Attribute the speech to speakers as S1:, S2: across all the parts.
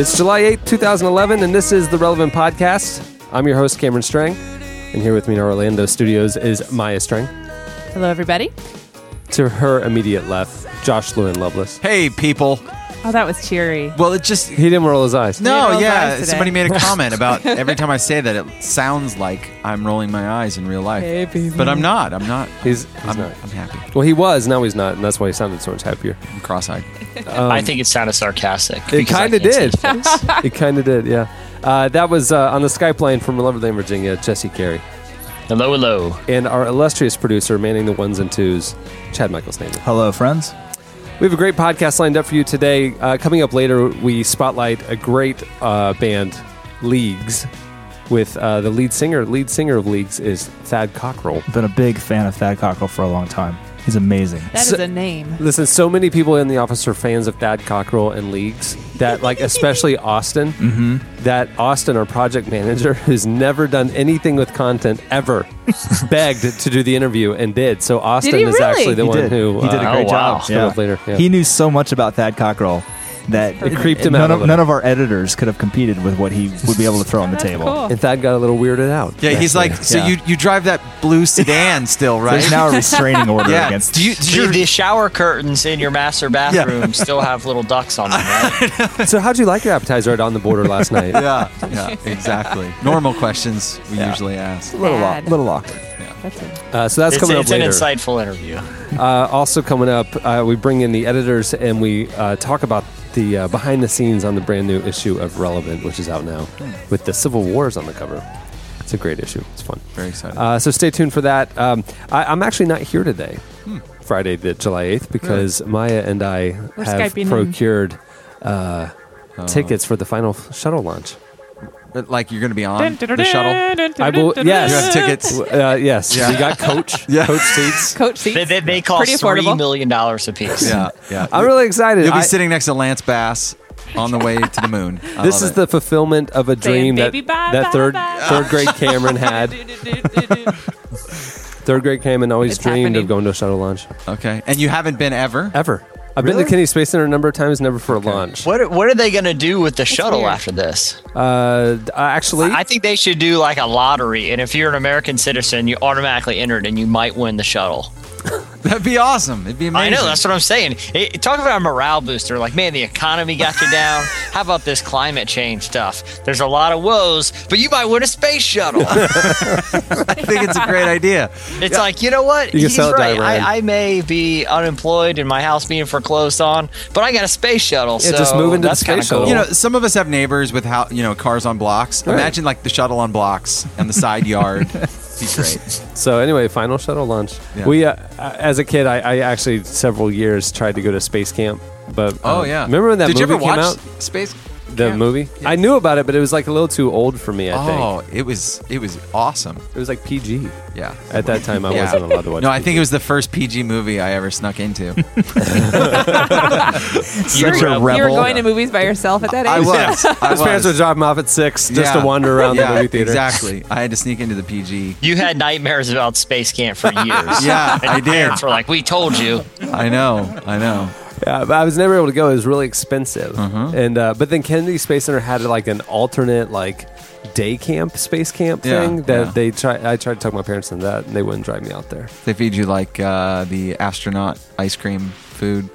S1: It's July 8th, 2011, and this is the Relevant Podcast. I'm your host, Cameron Strang, and here with me in our Orlando studios is Maya Strang.
S2: Hello, everybody.
S1: To her immediate left, Josh Lewin Lovelace.
S3: Hey, people.
S2: Oh, that was cheery.
S3: Well, it just.
S1: He didn't roll his eyes.
S3: No,
S2: roll eyes
S3: yeah.
S2: today.
S3: Somebody made a comment about every time I say that, it sounds like I'm rolling my eyes in real life.
S2: Hey, people.
S3: But I'm not. I'm not.
S1: He's, he's
S3: I'm,
S1: not.
S3: I'm happy.
S1: Well, he was, now he's not, and that's why he sounded so much happier. Um,
S3: I'm cross eyed.
S4: I think it sounded sarcastic.
S1: It
S4: because I
S1: kinda
S4: can't see
S1: did.
S4: his face.
S1: It kind of did, yeah. Uh, that was uh, on the Skype line from Loverland, Virginia, Jesse Carey.
S4: hello, hello.
S1: And our illustrious producer, manning the ones and twos, Chad Michael Stamen.
S5: Hello, friends.
S1: We have a great podcast lined up for you today. Uh, coming up later, we spotlight a great uh, band, Leagues, with uh, the lead singer. Lead singer of Leagues is Thad Cockrell.
S5: Been a big fan of Thad Cockrell for a long time. He's amazing.
S2: That is
S1: So-
S2: a name.
S1: Listen, so many people in the office are fans of Thad Cockrell and Leagues that, like, especially Austin, that Austin, our project manager, who's never done anything with content ever, begged to do the interview and did. So Austin
S2: he
S1: is
S2: really?
S1: actually the
S5: he
S1: one
S5: did.
S1: who
S5: he did a
S4: uh,
S5: great
S4: Oh, wow.
S5: job.
S1: Sort of later, yeah.
S5: He knew so much about Thad Cockrell that
S2: It
S1: creeped him
S5: none
S1: out a
S5: Of,
S1: little.
S5: none of our editors could have competed with what he would be able to throw on the
S2: That's
S5: table.
S2: cool.
S1: and Thad got a little weirded out.
S3: Yeah, he's like,
S5: Actually,
S3: so
S5: yeah.
S3: you, you drive that blue sedan still, right?
S5: There's now a restraining order
S3: yeah.
S5: against.
S3: Do you, do
S4: Do
S3: you-
S4: the shower curtains in your master bathroom still have little ducks on them, right?
S1: So, how'd you like your appetizer at On the Border last night?
S3: yeah, yeah, exactly. Normal questions we usually ask.
S5: little, aw-
S2: Bad.
S5: little awkward.
S2: That's it.
S1: Uh, so that's
S4: It's,
S1: coming
S4: it's
S1: up
S4: an
S1: later.
S4: insightful interview.
S1: Uh, also coming up, uh, we bring in the editors and we uh, talk about the uh, behind the scenes on the brand new issue of Relevant, which is out now, with the Civil Wars on the cover. It's a great issue. It's fun.
S3: Very excited.
S1: Uh, so stay tuned for that. Um, I, I'm actually not here today,
S3: Hmm.
S1: Friday, the July 8th, because Maya and I
S2: We're
S1: have
S2: Skyping in.
S1: procured uh, tickets for the final shuttle launch.
S3: Oh. But, like, you're going to be on
S2: Dun, dun, dun,
S3: the shuttle.
S2: dun, dun,
S1: I will-
S2: dun,
S1: yes.
S3: You
S2: dun,
S3: have
S2: dun.
S3: tickets.
S1: Uh, yes,
S3: Yeah.
S1: we got coach,
S3: Yeah.
S1: coach seats.
S2: Coach seats.
S4: They, they, they cost
S2: Pretty affordable.
S4: $3 million a piece.
S3: Yeah, yeah.
S1: I'm really excited.
S3: You'll be
S1: I-
S3: sitting next to Lance Bass on the way to the moon. I
S1: this
S3: love
S1: is
S3: it.
S1: the fulfillment of a dream that,
S2: "Baby, bye,
S1: that
S2: bye,
S1: third
S2: bye."
S1: third grade Cameron had.
S2: Do, do, do, do, do.
S1: Third grade Cameron always
S2: It's
S1: dreamed
S2: happening.
S1: of going to a shuttle launch.
S3: Okay. And you haven't been ever?
S1: Ever. I've been
S3: Really?
S1: to Kennedy Space Center a number of times, never for a launch.
S4: What, what are they going to do with the shuttle
S2: weird.
S4: after this?
S1: Uh, d- uh, actually,
S4: I think they should do like a lottery, and if you're an American citizen, you automatically entered, and you might win the shuttle.
S3: That'd be awesome. It'd be amazing.
S4: I know that's what I'm saying. Hey, talk about a morale booster. Like, man, the economy got you down. How about this climate change stuff? There's a lot of woes, but you might win a space shuttle.
S3: I think it's a great idea.
S4: It's like you know what?
S1: You can
S4: He's
S1: sell it to
S4: right.
S1: Iran.
S4: I, I may be unemployed and my house being foreclosed on, but I got a space shuttle.
S1: Yeah,
S4: so
S1: just move into the
S4: that's kinda
S1: space shuttle.
S4: cool.
S3: You know, some of us have neighbors with how you know cars on blocks.
S1: Right.
S3: Imagine like the shuttle on blocks and the side yard. be great.
S1: so anyway, final shuttle launch.
S3: Yeah.
S1: We, uh, uh, as a kid, I, I actually several years tried to go to space camp, but
S3: Oh
S1: uh,
S3: yeah.
S1: remember when that
S3: Did
S1: movie
S3: you ever
S1: came
S3: watch
S1: out?
S3: Space.
S1: The
S3: Camp?
S1: movie. I knew about it, but it was like a little too old for me. I
S3: Oh, it was it was awesome.
S1: think it was like PG
S3: Yeah.
S1: at that time. I
S3: Yeah.
S1: wasn't allowed to watch.
S3: No, I think it was the first PG movie I ever snuck into.
S2: You
S5: Such a
S2: were- you were
S5: rebel.
S2: going to movies by yourself at that age?
S3: I was. I
S1: His parents would
S3: was.
S1: drop him off at six just
S3: Yeah.
S1: to wander around
S3: yeah,
S1: the movie theater.
S3: Exactly. I had to sneak into the PG.
S4: you had nightmares about space camp for years.
S3: Yeah,
S4: and
S3: I
S4: your
S3: did.
S4: Parents were like, "We told you."
S3: I know. I know. Uh-huh.
S1: Yeah, but I was never able to go. It was really expensive. And uh, but then Kennedy Space Center had like an alternate like day camp, space camp
S3: Yeah,
S1: thing that
S3: yeah.
S1: they try. I tried to talk my parents into that, and they wouldn't drive me out there.
S3: They feed you like uh, the astronaut ice cream food.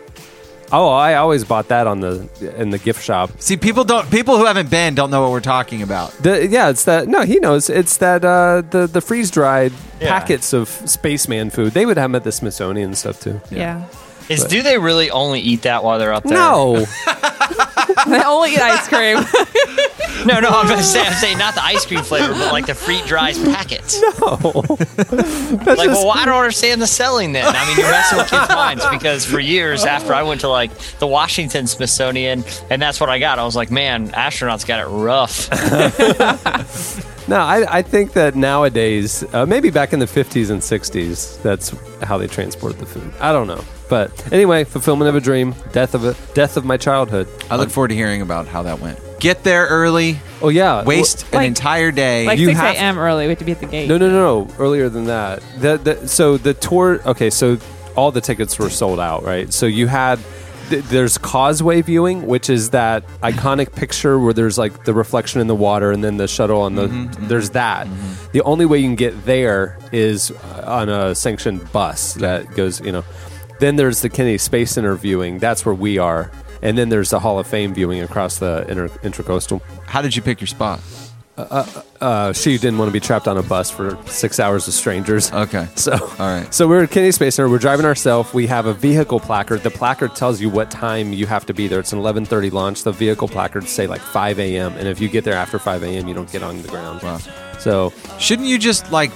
S1: Oh, I always bought that on the in the gift shop.
S3: See, people don't. People who haven't been don't know what we're talking about.
S1: The, yeah, it's that. No, he knows. It's that uh, the the freeze dried
S4: Yeah.
S1: packets of spaceman food. They would have them at the Smithsonian and stuff too.
S2: yeah.
S4: Is do they really only eat that while they're up there?
S1: No,
S2: I only eat ice cream.
S4: No, no, I'm just saying, I'm saying not the ice cream flavor, but like the free dries packets. No. like, well, I don't understand the selling then. I mean, you're messing with kids' minds because for years after I went to like the Washington Smithsonian, and that's what I got. I was like, man, astronauts got it rough.
S1: No, I, I think that nowadays, uh, maybe back in the 50s and 60s, that's how they transport the food. I don't know. But anyway, fulfillment of a dream, death of a death of my childhood.
S3: I look forward to hearing about how that went. Get there early,
S1: Oh yeah,
S3: waste an
S2: Like-
S3: entire day.
S2: Like
S1: You
S2: 6
S1: have-
S2: a.m. early. We have to be at the gate.
S1: No, no, no, no. Earlier than that. The, the, so the tour. Okay, so all the tickets were sold out, right? So you had. th- There's causeway viewing, which is that iconic picture where there's like the reflection in the water and then the shuttle on
S3: Mm-hmm,
S1: the. There's that. The only way you can get there is uh, on a sanctioned bus that goes, you know. Then there's the Kennedy Space Center viewing. That's where we are. And then there's the Hall of Fame viewing across the inter- intercoastal.
S3: how did you pick your spot?
S1: Uh, she didn't want to be trapped on a bus for six hours with strangers.
S3: Okay.
S1: So
S3: All right.
S1: So we're at Kennedy Space Center. We're driving ourselves. We have a vehicle placard. The placard tells you what time you have to be there. It's an 11:30 launch. The vehicle placards say like 5 a.m. And if you get there after 5 a.m., you don't get on the ground.
S3: Wow.
S1: So
S3: Shouldn't you just like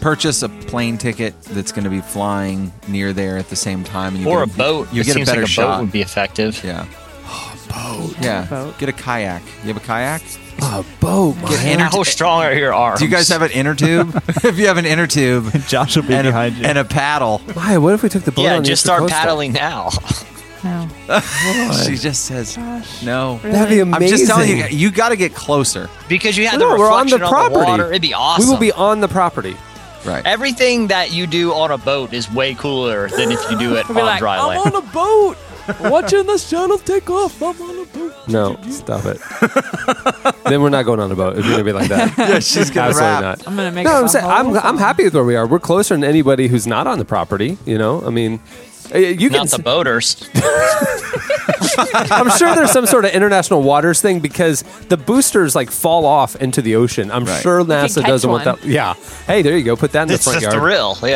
S3: purchase a plane ticket that's going to be flying near there at the same time? And you
S4: or a
S3: get
S4: boat.
S3: You
S4: it
S3: get
S4: seems
S3: a better
S4: like a
S3: shot.
S4: boat would be effective.
S3: yeah. boat. Yeah.
S2: Boat.
S3: Get a kayak. You have a kayak?
S1: a boat.
S3: Get
S4: And how strong are your arms?
S3: Do you guys have an inner tube? if you have an inner tube
S6: Josh will be
S3: and a,
S6: behind you.
S3: and a paddle,
S1: Why? What if we took the boat?
S4: Yeah,
S1: on the
S4: just start
S1: intercoastal?
S4: paddling now.
S2: No.
S3: she just says, "No."
S2: Really?
S1: That'd be amazing.
S3: I'm just telling you, you got to get closer.
S4: Because you had
S1: No,
S4: the
S1: we're on
S4: reflection
S1: the
S4: on the,
S1: property.
S4: water. It'd be awesome.
S1: We will be on the property.
S3: Right.
S4: Everything that you do on a boat is way cooler than if you do it on
S2: I'd be like,
S4: dry
S2: I'm
S4: land.
S2: on a boat. Watching the shuttle take off. I'm on a boat.
S1: No, stop it. then we're not going on a boat. If you're gonna be like that, yeah, she's
S3: gonna
S1: absolutely
S3: rap.
S1: not.
S2: I'm gonna make.
S1: No,
S2: us
S1: I'm
S2: a
S1: saying
S2: whole
S1: I'm, I'm
S2: song.
S1: happy with where we are. We're closer than anybody who's not on the property. You know, I mean, eh, you can.
S4: Not the boaters.
S1: I'm sure there's some sort of international waters thing because the boosters like fall off into the ocean. I'm
S3: Right.
S1: sure
S2: can
S1: NASA
S2: catch
S1: doesn't want
S2: one.
S1: that. Yeah. Hey, there you go. Put that in
S4: It's
S1: the front
S4: the
S1: yard. Uh,
S4: thrill.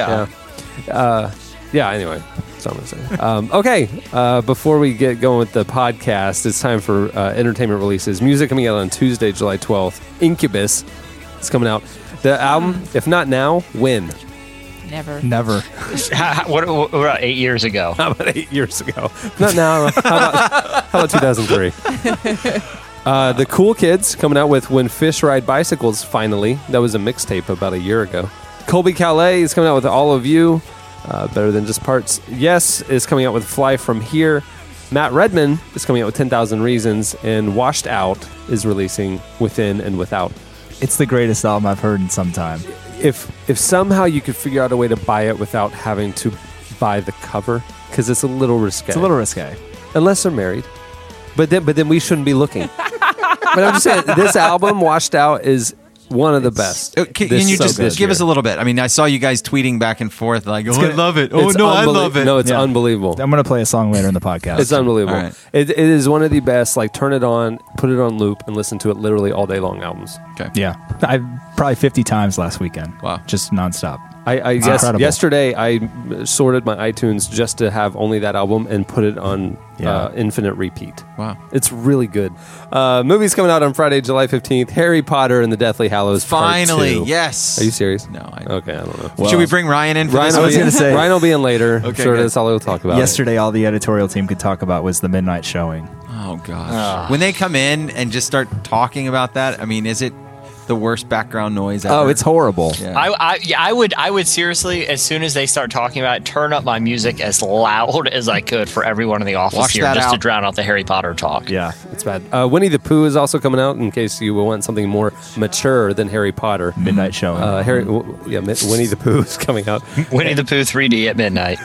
S4: Yeah.
S1: Yeah. Anyway. that's all I'm saying. Um, okay, uh, before we get going with the podcast, it's time for uh, entertainment releases. Music coming out on Tuesday, July 12th. Incubus is coming out. The album, if not now, when?
S2: Never.
S6: Never.
S4: what, what, what about eight years ago?
S1: How about eight years ago? Not now. How about, how about 2003? Uh, the Cool Kids coming out with When Fish Ride Bicycles, finally. That was a mixtape about a year ago. Colby Calais is coming out with All of You, uh, Better Than Just Parts. Yes is coming out with Fly From Here. Matt Redman is coming out with 10,000 Reasons. And Washed Out is releasing Within and Without.
S6: It's the greatest album I've heard in some time.
S1: If, if somehow you could figure out a way to buy it without having to buy the cover, because it's a little risque
S6: It's a little risque.
S1: unless they're married. But then, but then we shouldn't be looking. but I'm just saying, this album, Washed Out, is one of the best.
S3: Uh, Can,
S1: This
S3: can you
S1: so
S3: just
S1: good.
S3: give us a little bit? I mean, I saw you guys tweeting back and forth like, "Oh, I
S6: gonna-
S3: love it." Oh
S1: It's
S3: no, I
S1: unbelie-
S3: love it.
S1: No, it's
S6: Yeah.
S1: unbelievable.
S6: I'm gonna play a song later in the podcast.
S1: It's unbelievable.
S3: All right.
S1: It, it is one of the best. Like, turn it on, put it on loop, and listen to it literally all day long. Albums.
S3: okay.
S6: yeah, I probably 50 times last weekend.
S3: Wow.
S6: just nonstop.
S1: I, I
S6: It's
S1: yes-
S6: incredible.
S1: yesterday I sorted my iTunes just to have only that album and put it on
S6: Yeah.
S1: uh, infinite repeat.
S3: Wow.
S1: it's really good. Uh, movies coming out on Friday, July 15th. Harry Potter and the Deathly Hallows. Part
S3: Finally,
S1: Two.
S3: yes.
S1: Are you serious?
S3: No, I-
S1: Okay, I don't know.
S3: Should we bring Ryan in? For
S1: Ryan,
S3: this
S1: will
S6: was
S1: be-
S6: gonna say-
S1: Ryan will be in later. I'm
S3: Okay,
S1: sure
S3: good.
S1: that's all he'll talk about.
S6: yesterday, all the editorial team could talk about was the midnight showing.
S3: Oh gosh.
S4: Ah.
S3: when they come in and just start talking about that, I mean, is it the worst background noise ever?
S6: Oh, it's horrible.
S3: Yeah.
S4: I, I, yeah, I would, I would seriously, as soon as they start talking about it, turn up my music as loud as I could for everyone in the office
S3: Wash
S4: here,
S3: that
S4: just to
S3: out.
S4: drown out the Harry Potter talk.
S6: Yeah.
S1: It's bad. Uh, Winnie the Pooh is also coming out in case you want something more mature than Harry Potter.
S6: midnight showing.
S1: Uh, Harry, w- w- yeah, Mi- Winnie the Pooh is coming out.
S4: Winnie the Pooh 3D at midnight.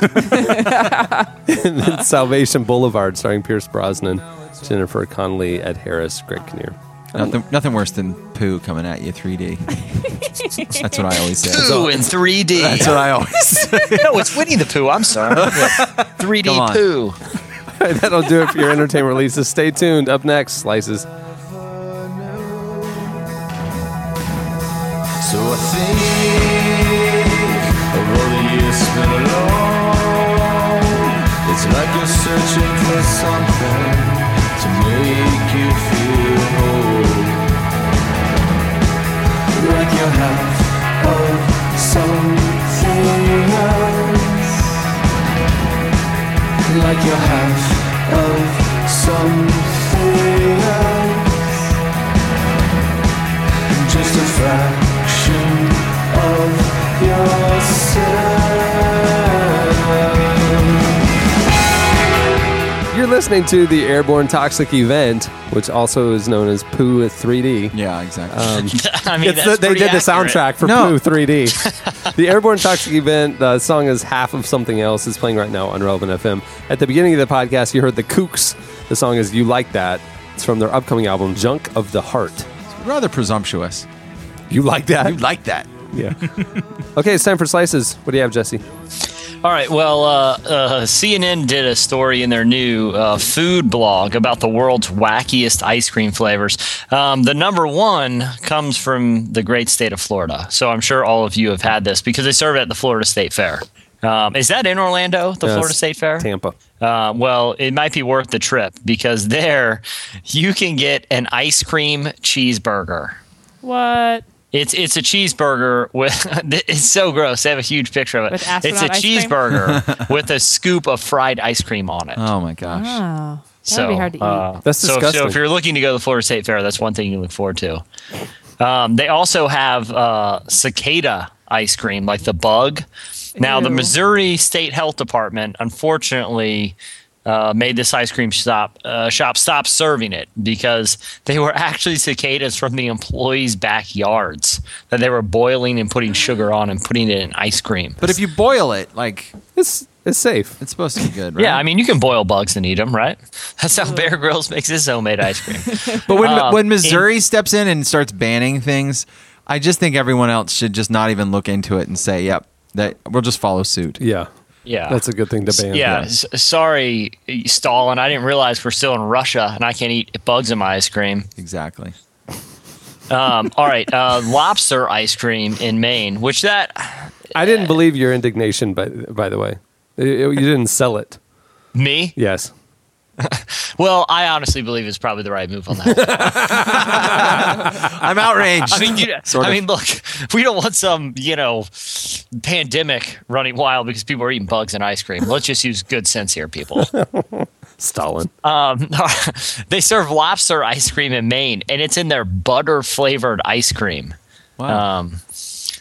S1: And then Salvation Boulevard, starring Pierce Brosnan, Jennifer Connelly, Ed Harris, Greg Kinnear.
S3: Oh, nothing, nothing worse than poo coming at you 3D. That's what I always say. That's
S4: Pooh in 3D.
S3: what I always say.
S4: no, it's Winnie the Pooh. I'm sorry. Yeah. 3D
S3: Come on.
S4: Pooh.
S1: That'll do it for your entertainment releases. Stay tuned. Up next, Slices.
S7: So I think of all the years spent alone. It's like you're searching for something to make you feel whole. like you're half of something else. Just a fraction of yourself.
S1: You're listening to the Airborne Toxic Event, which also is known as Poo 3D.
S3: Yeah, exactly.
S4: I mean,
S1: Um, It's
S4: that's
S1: the- they
S4: pretty
S1: did the
S4: accurate.
S1: soundtrack for
S3: No.
S1: Pooh 3D. the Airborne Toxic Event, the song is Half of Something Else, is playing right now on Relevant FM. At the beginning of the podcast, you heard the Kooks. The song is You Like That. It's from their upcoming album, Junk of the Heart.
S3: Rather presumptuous.
S1: You like
S3: You
S1: that?
S3: like that.
S1: yeah. okay, it's time for slices. What do you have, Jesse?
S4: All right. Well, uh, uh, CNN did a story in their new uh, food blog about the world's wackiest ice cream flavors. Um, the number one comes from the great state of Florida. So I'm sure all of you have had this because they serve it at the Florida State Fair. Um, is that in Orlando, the
S1: Uh,
S4: Florida State Fair?
S1: Tampa.
S4: Uh, well, it might be worth the trip because there you can get an ice cream cheeseburger.
S8: What?
S4: It's it's a cheeseburger with it's so gross. They have a huge picture of it.
S8: With
S4: it's
S8: astronaut
S4: a
S8: ice cream?
S4: cheeseburger with a scoop of fried ice cream on it.
S3: Oh my gosh.
S8: Oh, that'd
S4: so
S8: be hard to eat.
S4: uh,
S1: That's
S4: so,
S1: disgusting.
S4: so if you're looking to go to the Florida State Fair, that's one thing you look forward to. Um, they also have uh, cicada ice cream, like the bug. Now, the
S8: Ew.
S4: Missouri State Health Department, unfortunately, uh, made this ice cream stop uh, shop stop serving it because they were actually cicadas from the employees' backyards that they were boiling and putting sugar on and putting it in ice cream.
S3: But if you boil it, like
S1: It's, it's safe.
S3: it's supposed to be good, right?
S4: Yeah, I mean, you can boil bugs and eat them, right? That's how Bear Grylls makes his homemade ice cream.
S3: But when
S4: Um,
S3: when Missouri steps in and starts banning things, I just think everyone else should just not even look into it and say, "Yep, that we'll just follow suit."
S1: Yeah.
S4: Yeah,
S1: That's a good thing to
S4: S-
S1: ban.
S4: Yeah, s- sorry, Stalin. I didn't realize we're still in Russia, and I can't eat bugs in my ice cream.
S3: Exactly.
S4: Um, all right, uh, lobster ice cream in Maine, which that uh,
S1: I didn't believe your indignation, by, by the way. It- it- you didn't sell it.
S4: me.
S1: Yes.
S4: Well, I honestly believe it's probably the right move on that.
S3: I'm outraged.
S4: I mean, you,
S3: Sort
S4: I
S3: of.
S4: mean, look, we don't want some, you know, pandemic running wild because people are eating bugs and ice cream. Let's just use good sense here, people.
S1: Stalin.
S4: Um, they serve lobster ice cream in Maine, and it's in their butter flavored ice cream.
S3: wow.
S4: Um,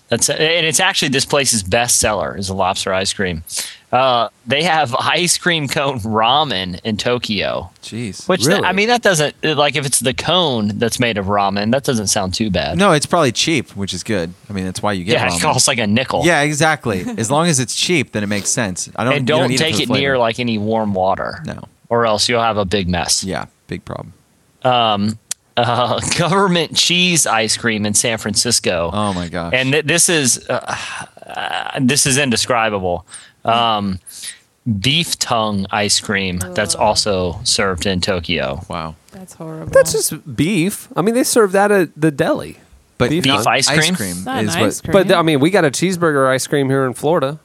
S4: that's and it's actually this place's best seller is the lobster ice cream. Uh, they have ice cream cone ramen in Tokyo,
S3: Jeez.
S4: which
S1: Really?
S4: I mean that doesn't like if it's the cone that's made of ramen that doesn't sound too bad.
S3: No, it's probably cheap, which is good. I mean, that's why you get
S4: yeah,
S3: ramen.
S4: it costs like a nickel.
S3: Yeah, exactly. As long as it's cheap, then it makes sense. I don't
S4: and
S3: you
S4: don't,
S3: need
S4: take
S3: for
S4: it,
S3: the flavor.
S4: near like any warm water.
S3: No.
S4: or else you'll have a big mess.
S3: Yeah, big problem.
S4: Uh, government cheese ice cream in San Francisco.
S3: Oh my gosh.
S4: and th- this is uh, uh, this is indescribable. Um, beef tongue ice cream that's also served in Tokyo.
S3: wow.
S8: That's horrible.
S1: That's just beef. I mean, they serve that at the deli.
S3: But
S1: Beef
S4: Beef ice cream?
S3: cream
S8: not
S3: is
S8: an ice
S3: what
S8: cream.
S1: But I mean, we got a cheeseburger ice cream here in Florida.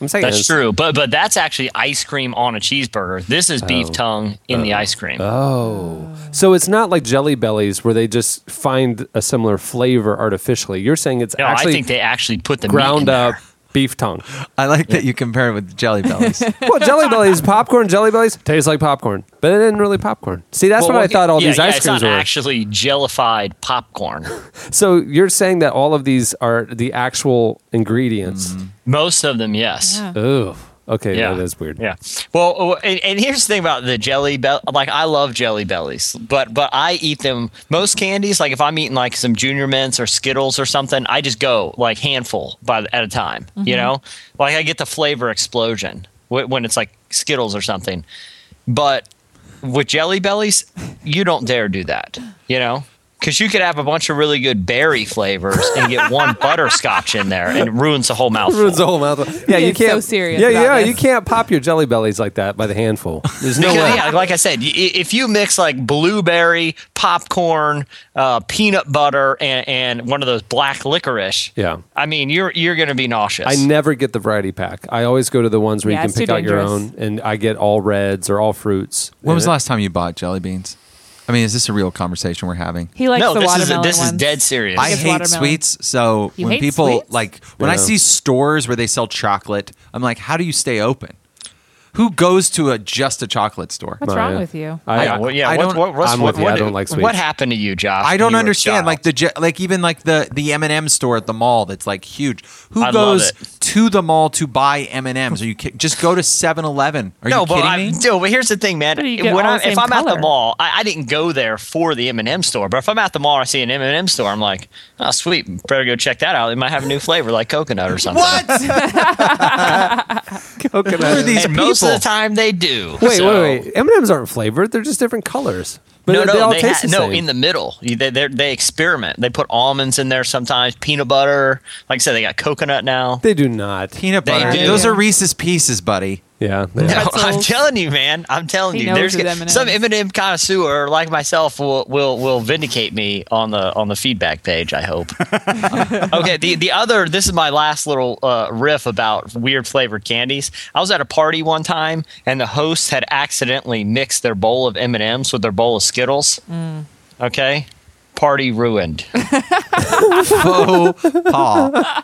S1: I'm saying
S4: That's
S1: it's-
S4: true, but but that's actually ice cream on a cheeseburger. This is beef tongue in the ice cream.
S1: Oh, so it's not like Jelly Bellies where they just find a similar flavor artificially. You're saying it's
S4: no, I
S1: actually
S4: think they actually put the meat in
S1: ground
S4: there.
S1: up beef tongue.
S3: I like that you compare it with jelly bellies.
S1: well, Jelly Bellies, popcorn, Jelly Bellies tastes like popcorn, but it isn't really popcorn. See, that's
S4: Well,
S1: what
S4: well,
S1: I thought all
S4: yeah,
S1: these
S4: yeah,
S1: ice
S4: it's
S1: creams
S4: not
S1: were.
S4: actually jellified popcorn.
S1: so you're saying that all of these are the actual ingredients.
S4: Most of them, yes.
S8: Yeah.
S1: Ooh, okay,
S4: Mm-hmm. Yeah.
S1: that is weird.
S4: Yeah. Well, oh, and, and here's the thing about the jelly bell. Like, I love jelly bellies, but but I eat them. Most candies, like if I'm eating like some Junior Mints or Skittles or something, I just go like handful by the- at a time. You know, like I get the flavor explosion wh- when it's like Skittles or something. But with jelly bellies, you don't dare do that. You know. Because you could have a bunch of really good berry flavors and get one butterscotch in there and it ruins the whole mouthful.
S1: Ruins the whole mouth. Yeah,
S8: He
S1: you
S8: is so
S1: can't.
S8: serious
S1: yeah,
S8: about
S1: yeah,
S8: this.
S1: you can't pop your Jelly Bellies like that by the handful. There's no
S4: Because,
S1: way.
S4: yeah, like I said, y- i- if you mix like blueberry, popcorn, uh, peanut butter, and, and one of those black licorice,
S1: Yeah.
S4: I mean, you're you're gonna be nauseous.
S1: I never get the variety pack. I always go to the ones where
S8: Yeah,
S1: you can
S8: it's too
S1: pick out your
S8: dangerous.
S1: own, and I get all reds or all fruits.
S3: when was
S1: And
S3: the last time you bought jelly beans? I mean, is this a real conversation we're having?
S8: he likes
S4: no,
S8: the
S4: this is
S8: watermelon
S4: this is
S8: ones.
S4: dead serious.
S3: I
S8: it's
S3: hate
S8: watermelon.
S3: sweets, so
S8: You
S3: when
S8: hate
S3: people
S8: sweets?
S3: like when I
S1: Yeah.
S3: see stores where they sell chocolate, I'm like, how do you stay open? Who goes to a just a chocolate store?
S8: What's
S1: Mariah.
S8: wrong with you?
S1: I,
S4: yeah, well, yeah.
S3: I
S4: what,
S3: don't-
S4: what, what's-
S1: I'm
S4: what,
S1: with you.
S4: what-
S1: I don't like sweets.
S4: What happened to you, Josh?
S3: I
S4: when
S3: don't
S4: you were a
S3: understand.
S4: child?
S3: Like the ge- like even like the the M and M store at the mall that's like huge. Who
S4: I love
S3: goes
S4: it.
S3: to the mall to buy M and M's? Are you ki- just go to 7-Eleven? Are
S4: no,
S3: you
S4: but
S3: kidding
S4: I,
S3: me?
S4: no, but here's the thing, man.
S8: But you get
S4: When
S8: all
S4: I,
S8: the
S4: if
S8: same
S4: I'm at
S8: color.
S4: the mall, I, I didn't go there for the M&M store. But if I'm at the mall, and I see an M&M store, I'm like, oh, sweet, better go check that out. It might have a new flavor, like coconut or something.
S3: What? Who are these
S4: And
S3: people?
S4: most of the time, they do.
S1: wait,
S4: So-
S1: wait, wait. M and M's aren't flavored; they're just different colors. But
S4: no,
S1: they
S4: no,
S1: all
S4: they
S1: taste
S4: ha-
S1: the
S4: no.
S1: same.
S4: In the middle, You- they they're- they experiment. They put almonds in there sometimes, peanut butter. Like I said, they got coconut now.
S1: they do not.
S3: Peanut
S4: They
S3: butter.
S4: do.
S3: Those are Reese's Pieces, buddy.
S1: Yeah, they
S4: No,
S1: are.
S4: I'm
S8: Pretzels.
S4: telling you, man. I'm telling
S8: He
S4: you.
S8: knows
S4: There's
S8: his
S4: g-
S8: M&Ms.
S4: some M&M connoisseur like myself will will will vindicate me on the on the feedback page. I hope. okay. The the other. This is my last little uh, riff about weird flavored candies. I was at a party one time, and the hosts had accidentally mixed their bowl of M and M's with their bowl of Skittles.
S8: Mm.
S4: Okay. Party ruined.
S3: Faux pas.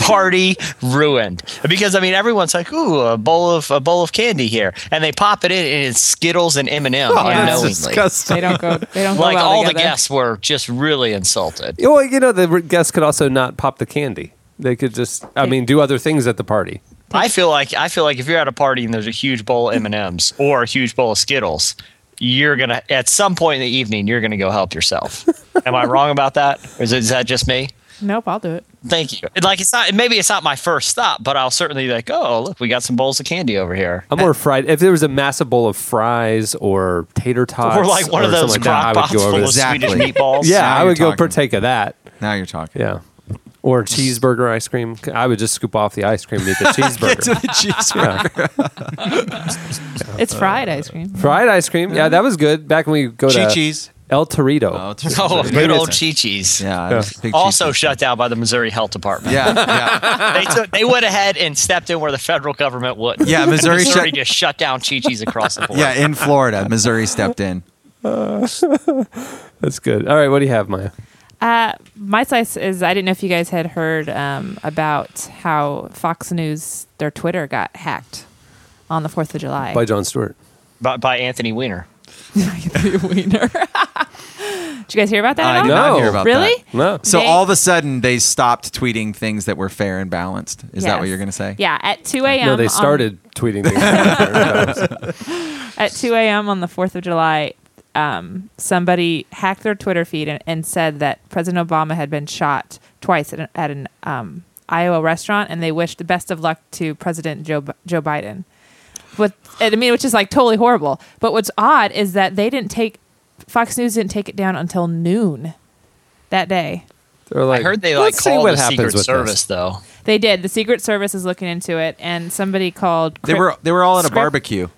S4: party ruined because I mean everyone's like, ooh, a bowl of a bowl of candy here, and they pop it in, and it's Skittles and M and M unknowingly.
S8: They don't go. They don't go
S4: Like
S8: well
S4: all the
S8: together.
S4: guests were just really insulted.
S1: Well, you know, the guests could also not pop the candy. They could just, I mean, do other things at the party.
S4: I feel like I feel like if you're at a party and there's a huge bowl of M and M's or a huge bowl of Skittles, you're gonna at some point in the evening you're gonna go help yourself. Am I wrong about that? Or is, it, is that just me?
S8: Nope, I'll do it.
S4: Thank you. Like it's not maybe it's not my first stop, but I'll certainly be like, oh look, we got some bowls of candy over here.
S1: I'm more fried. If there was a massive bowl of fries or tater tots,
S4: Or like one of
S1: something
S4: those
S1: like that,
S4: crock
S1: I would
S4: pots
S1: go
S4: full
S1: over
S4: of
S1: this.
S3: this. Exactly.
S4: Swedish meatballs.
S1: Yeah,
S3: Now
S1: I
S3: you're
S1: would go
S3: talking.
S1: partake of that.
S3: Now you're talking.
S1: Yeah. Or cheeseburger ice cream. I would just scoop off the ice cream and eat the
S3: Get to
S1: cheeseburger.
S3: the cheeseburger.
S8: It's fried ice cream.
S1: Fried ice cream. Yeah, that was good. Back when we go to
S3: Chi-Chis.
S1: El Torito.
S3: Oh, it's-
S4: Oh, good old Chi-Chi's.
S3: yeah. it's big
S4: Also
S3: cheese.
S4: shut down by the Missouri Health Department.
S3: Yeah, yeah,
S4: They took, they went ahead and stepped in where the federal government wouldn't.
S3: Yeah, Missouri
S4: Missouri
S3: shut-
S4: just shut down Chi-Chi's across the board.
S3: yeah. In Florida, Missouri stepped in.
S1: That's good. All right, what do you have, Maya?
S8: Uh, my slice is I didn't know if you guys had heard um, about how Fox News their Twitter got hacked on the Fourth of July.
S1: By John Stewart.
S4: By, by Anthony Weiner.
S8: Wiener. Did you guys hear about that?
S3: I
S8: at
S3: did
S8: all?
S1: No.
S3: not hear about
S8: Really?
S3: that.
S1: No.
S3: So
S8: They-
S3: all of a sudden they stopped tweeting things that were fair and balanced. Is that
S8: Yes.
S3: what you're going to say?
S8: Yeah, at 2 a.m.
S1: no, they
S8: on-
S1: started tweeting things.
S8: at 2 a.m. on the 4th of July. Um, somebody hacked their Twitter feed and, and said that President Obama had been shot twice at an, at an um, Iowa restaurant, and they wished the best of luck to President Joe B- Joe Biden. What and I mean, which is like totally horrible. But what's odd is that they didn't take Fox News didn't take it down until noon that day.
S1: They're like,
S4: I heard they like
S1: "Let's see
S4: called
S1: what
S4: the
S1: happens
S4: Secret
S1: with this."
S4: Service though.
S8: They did. The Secret Service is looking into it, and somebody called.
S3: They
S8: Crypt-
S3: were they were all at a
S8: Script-
S3: barbecue.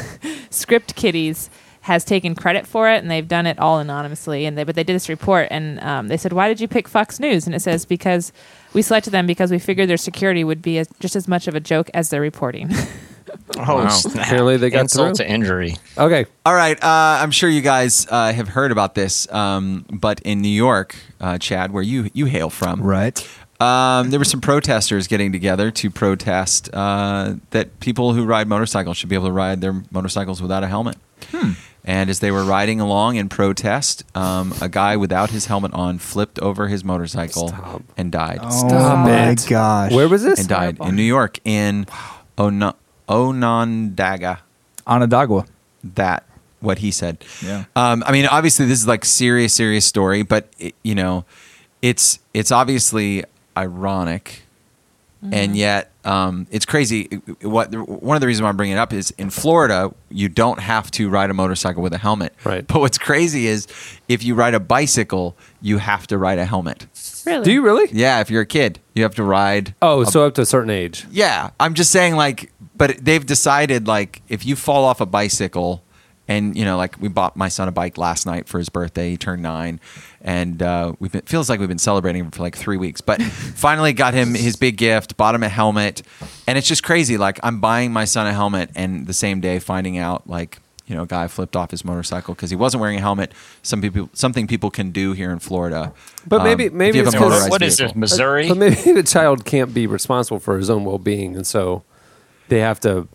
S8: Script Kitties has taken credit for it, and they've done it all anonymously. And they, but they did this report, and um, they said, "Why did you pick Fox News?" And it says, "Because we selected them because we figured their security would be as, just as much of a joke as their reporting."
S4: Oh,
S3: Wow.
S4: snap.
S1: Apparently they got
S4: Insult
S1: through.
S4: to injury.
S1: Okay.
S3: All right, uh, I'm sure you guys uh, have heard about this, um, but in New York, uh, Chad, where you you hail from,
S6: Right.
S3: Um, there were some protesters getting together to protest uh, that people who ride motorcycles should be able to ride their motorcycles without a helmet.
S1: Hmm.
S3: And as they were riding along in protest, um, a guy without his helmet on flipped over his motorcycle and died.
S6: oh my
S1: it.
S6: gosh.
S1: Where was this?
S3: And died in New York in Ono- Onondaga.
S6: Onondaga.
S3: That what he said.
S6: Yeah.
S3: Um, I mean, obviously, this is like serious, serious story, but it, you know, it's it's obviously ironic and yet um, it's crazy. What one of the reasons why I'm bringing it up is in Florida, you don't have to ride a motorcycle with a helmet.
S1: Right.
S3: But what's crazy is if you ride a bicycle, you have to ride a helmet.
S8: really?
S1: Do you really?
S3: Yeah, if you're a kid, you have to ride.
S1: Oh, so up to a certain age.
S3: Yeah, I'm just saying like, but they've decided like if you fall off a bicycle. And you know, like we bought my son a bike last night for his birthday. He turned nine, and uh, we've been, feels like we've been celebrating him for like three weeks. But finally, got him his big gift, bought him a helmet, and it's just crazy. Like I'm buying my son a helmet, and the same day finding out like you know, a guy flipped off his motorcycle because he wasn't wearing a helmet. Some people, something people can do here in Florida.
S1: But maybe-
S3: if
S1: maybe
S3: Um, you have
S1: it's
S3: a
S1: 'cause-
S3: motorized
S4: What is
S3: vehicle.
S4: this, Missouri?
S1: But maybe the child can't be responsible for his own well being, and so they have to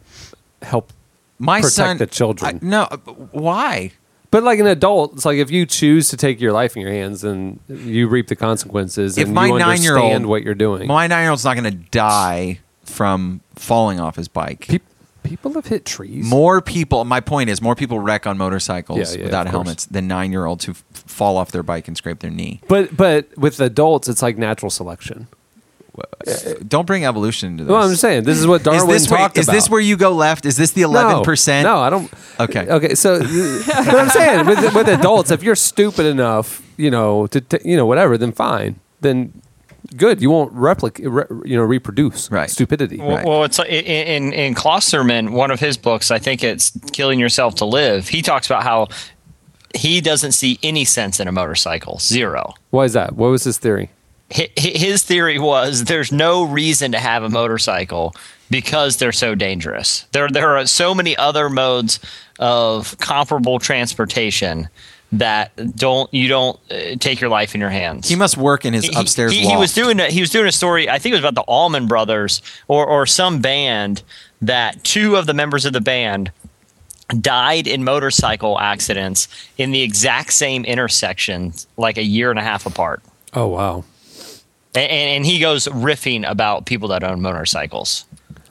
S1: help
S3: My
S1: protect
S3: son,
S1: the children.
S3: I- no, uh, why?
S1: But like an adult, it's like if you choose to take your life in your hands, then you reap the consequences.
S3: If
S1: and
S3: my
S1: you
S3: nine-year-old-
S1: understand what you're doing,
S3: My nine-year-old's not going to die from falling off his bike.
S1: Pe- people have hit trees.
S3: more people. My point is, more people wreck on motorcycles
S1: Yeah, yeah,
S3: without
S1: of course.
S3: helmets than nine-year-olds who f- fall off their bike and scrape their knee.
S1: But but with adults, it's like natural selection.
S3: Don't bring evolution into this.
S1: Well, I'm just saying this is what
S3: Is
S1: Darwin
S3: this, where,
S1: talked
S3: is
S1: about.
S3: this where you go left? Is this the
S1: No.
S3: eleven percent?
S1: No, I don't.
S3: Okay.
S1: Okay. So, but I'm saying with with adults, if you're stupid enough, you know, to, t you know whatever, then fine, then good. You won't replicate, re, you know, reproduce
S3: Right.
S1: stupidity.
S4: Well,
S3: Right.
S4: well it's in in, in Klosterman, one of his books. I think it's "Killing Yourself to Live." He talks about how he doesn't see any sense in a motorcycle, zero.
S1: Why is that? What was his theory?
S4: Hi- hi- His theory was there's no reason to have a motorcycle because they're so dangerous. There there are so many other modes of comparable transportation that don't you don't uh, take your life in your hands
S3: He must work in his
S4: he-
S3: upstairs.
S4: He, he was
S3: loft.
S4: doing a, he was doing a story. I think it was about the Allman Brothers or or some band that two of the members of the band died in motorcycle accidents in the exact same intersection, like a year and a half apart.
S1: Oh wow.
S4: A- And, and he goes riffing about people that own motorcycles.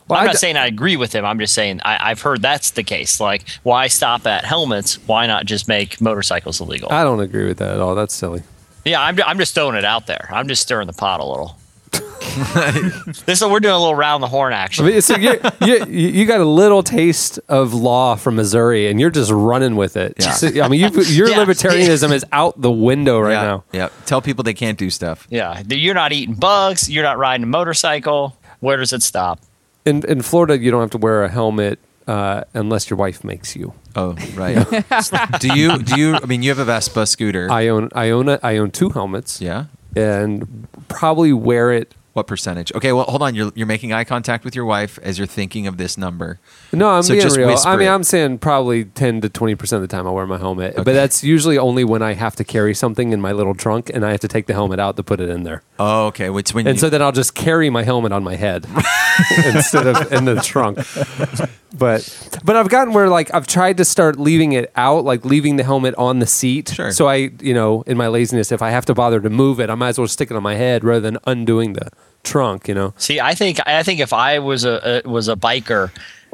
S1: Well,
S4: I'm
S1: I
S4: not
S1: d-
S4: saying I agree with him. I'm just saying I, I've heard that's the case. Like, why stop at helmets? Why not just make motorcycles illegal?
S1: I don't agree with that at all. That's silly.
S4: Yeah, I'm, I'm just throwing it out there. I'm just stirring the pot a little. this we're doing a little round the horn
S1: I
S4: action.
S1: mean, so you you you got a little taste of law from Missouri, and you're just running with it.
S3: Yeah.
S1: So, I mean, you, your
S4: Yeah.
S1: libertarianism is out the window right
S3: yeah,
S1: now.
S3: yeah. Tell people they can't do stuff.
S4: Yeah, th- you're not eating bugs. You're not riding a motorcycle. Where does it stop?
S1: In in Florida, you don't have to wear a helmet uh, unless your wife makes you.
S3: Oh, right. do you? Do you? I mean, you have a Vespa scooter.
S1: I own I own a, I own two helmets.
S3: yeah.
S1: and probably wear it.
S3: What percentage? Okay, well, hold on. You're you're making eye contact with your wife as you're thinking of this number.
S1: No, I'm
S3: So
S1: being
S3: just
S1: real.
S3: whisper
S1: I mean,
S3: it.
S1: I'm saying probably 10 to 20 percent of the time I wear my helmet,
S3: Okay.
S1: but that's usually only when I have to carry something in my little trunk and I have to take the helmet out to put it in there.
S3: Oh, okay. Which when
S1: And
S3: you,
S1: so then I'll just carry my helmet on my head instead of in the trunk. But but I've gotten where like I've tried to start leaving it out, like leaving the helmet on the seat.
S3: Sure.
S1: So I, you know, in my laziness, if I have to bother to move it, I might as well stick it on my head rather than undoing the trunk. You know.
S4: See, I think I think if I was a, a was a biker,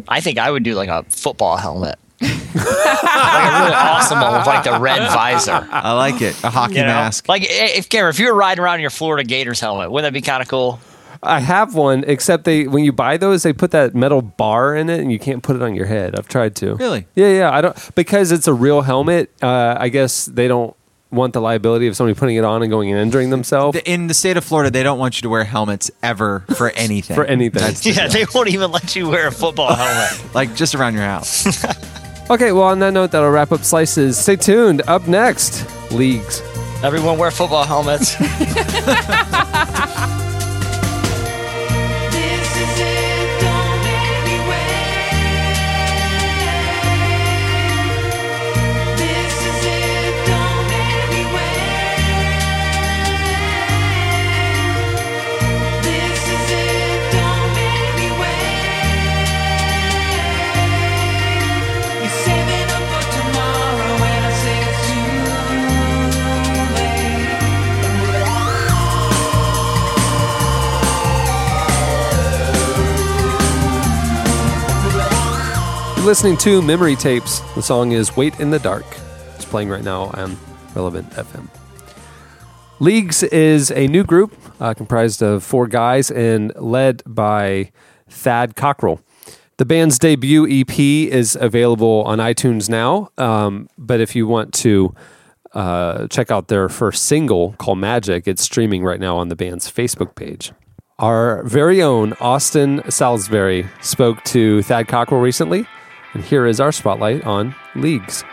S4: I think I would do like a football helmet, like a really awesome one with like the red visor.
S3: I like it. A hockey
S4: You know?
S3: mask.
S4: Like i- if Cameron, if you were riding around in your Florida Gators helmet, wouldn't that be kind of cool?
S1: I have one, except they when you buy those, they put that metal bar in it, and you can't put it on your head. I've tried to.
S3: Really?
S1: Yeah, yeah. I don't because it's a real helmet. Uh, I guess they don't want the liability of somebody putting it on and going and injuring themselves.
S3: The- in the state of Florida, they don't want you to wear helmets ever for anything.
S1: For anything.
S3: That's the
S4: Yeah,
S3: deal.
S4: they won't even let you wear a football helmet.
S3: like just around your house.
S1: Okay, well, on that note, that'll wrap up slices. Stay tuned. Up next, leagues.
S4: Everyone wear football helmets.
S9: This is it, don't make me wait. This is it, don't make me wait. This is it, don't make me wait. You're saving up for tomorrow, and I say it's too late.
S1: You're listening to Memory Tapes. The song is Wait in the Dark. It's playing right now on Relevant FM. Leagues is a new group uh, comprised of four guys and led by Thad Cockrell. The band's debut EP is available on iTunes now, um, but if you want to uh, check out their first single called Magic, it's streaming right now on the band's Facebook page. Our very own Austin Salisbury spoke to Thad Cockrell recently, and here is our spotlight on Leagues.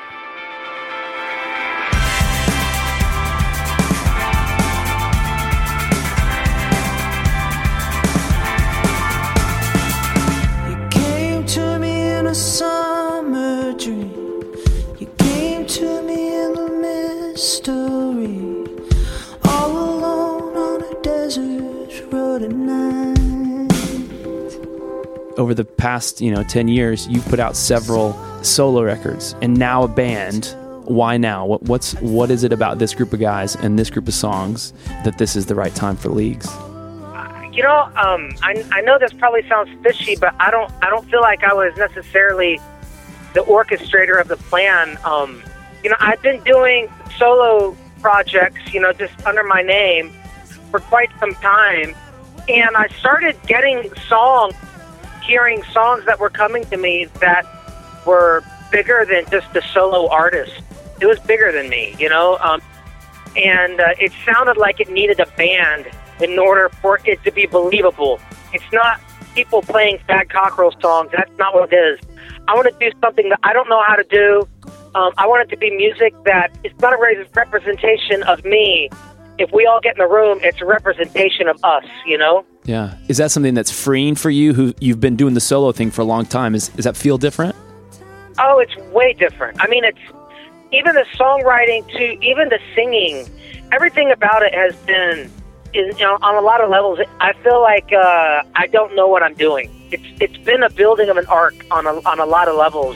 S9: You came to me in a summer dream. You came to me in a mystery. All alone on a desert road at night.
S10: over the past you know 10 years you've put out several solo records and now a band why now what, what's what is it about this group of guys and this group of songs that this is the right time for leagues
S11: You know, um, I, I know this probably sounds fishy, but I don't I don't feel like I was necessarily the orchestrator of the plan. Um, you know, I've been doing solo projects, you know, just under my name for quite some time, and I started getting songs, hearing songs that were coming to me that were bigger than just the solo artist. It was bigger than me, you know. Um, and uh, it sounded like it needed a band in order for it to be believable. It's not people playing Fat Cockerel songs. That's not what it is. I want to do something that I don't know how to do. Um, I want it to be music that it's not a re- representation of me. If we all get in the room, it's a representation of us, you know?
S10: yeah is that something that's freeing for you who you've been doing the solo thing for a long time is, does that feel different
S11: Oh, it's way different. I mean, it's even the songwriting to even the singing, everything about it has been is you know, on a lot of levels. I feel like uh, I don't know what I'm doing. It's it's been a building of an arc on a, on a lot of levels.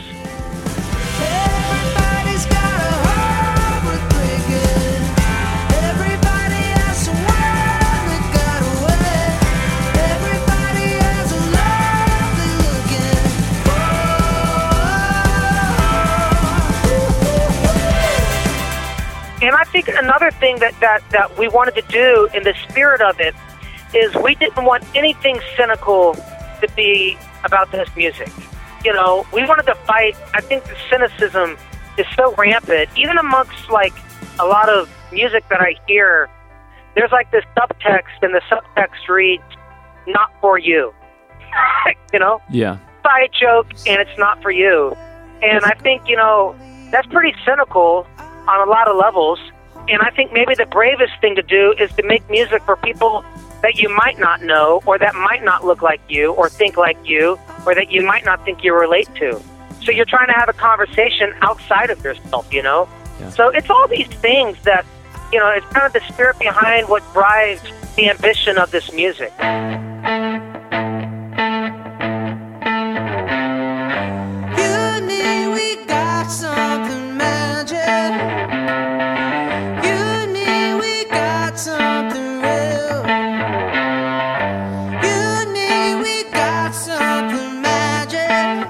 S11: And I think another thing that, that, that we wanted to do in the spirit of it is we didn't want anything cynical to be about this music. You know, we wanted to fight. I think the cynicism is so rampant, even amongst like a lot of music that I hear. There's like this subtext, and the subtext reads, "Not for you." you know,
S10: yeah
S11: by a joke and it's not for you. And I think, you know, that's pretty cynical on a lot of levels. And I think maybe the bravest thing to do is to make music for people that you might not know or that might not look like you or think like you or that you might not think you relate to. So you're trying to have a conversation outside of yourself, you know? So it's all these things that, you know, it's kind of the spirit behind what drives the ambition of this music.
S9: You and me, we got something magic. You and me, we got something real. You and me, we got something magic.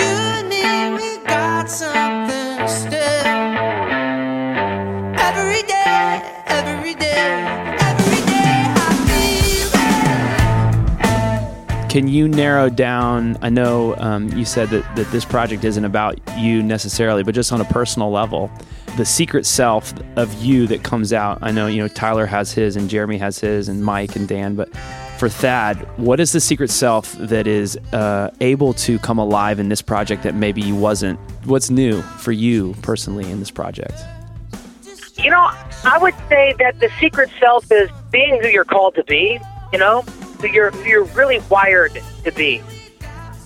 S9: You and me, we got something still. Every day, every day, every day, I feel
S10: Can you narrow down? I know um, you said that, that this project isn't about you necessarily, but just on a personal level, the secret self of you that comes out. I know, you know, Tyler has his and Jeremy has his and Mike and Dan, but for Thad, what is the secret self that is uh, able to come alive in this project that maybe you wasn't? What's new for you personally in this project?
S11: You know, I would say that the secret self is being who you're called to be, you know, who you're, who you're really wired to be.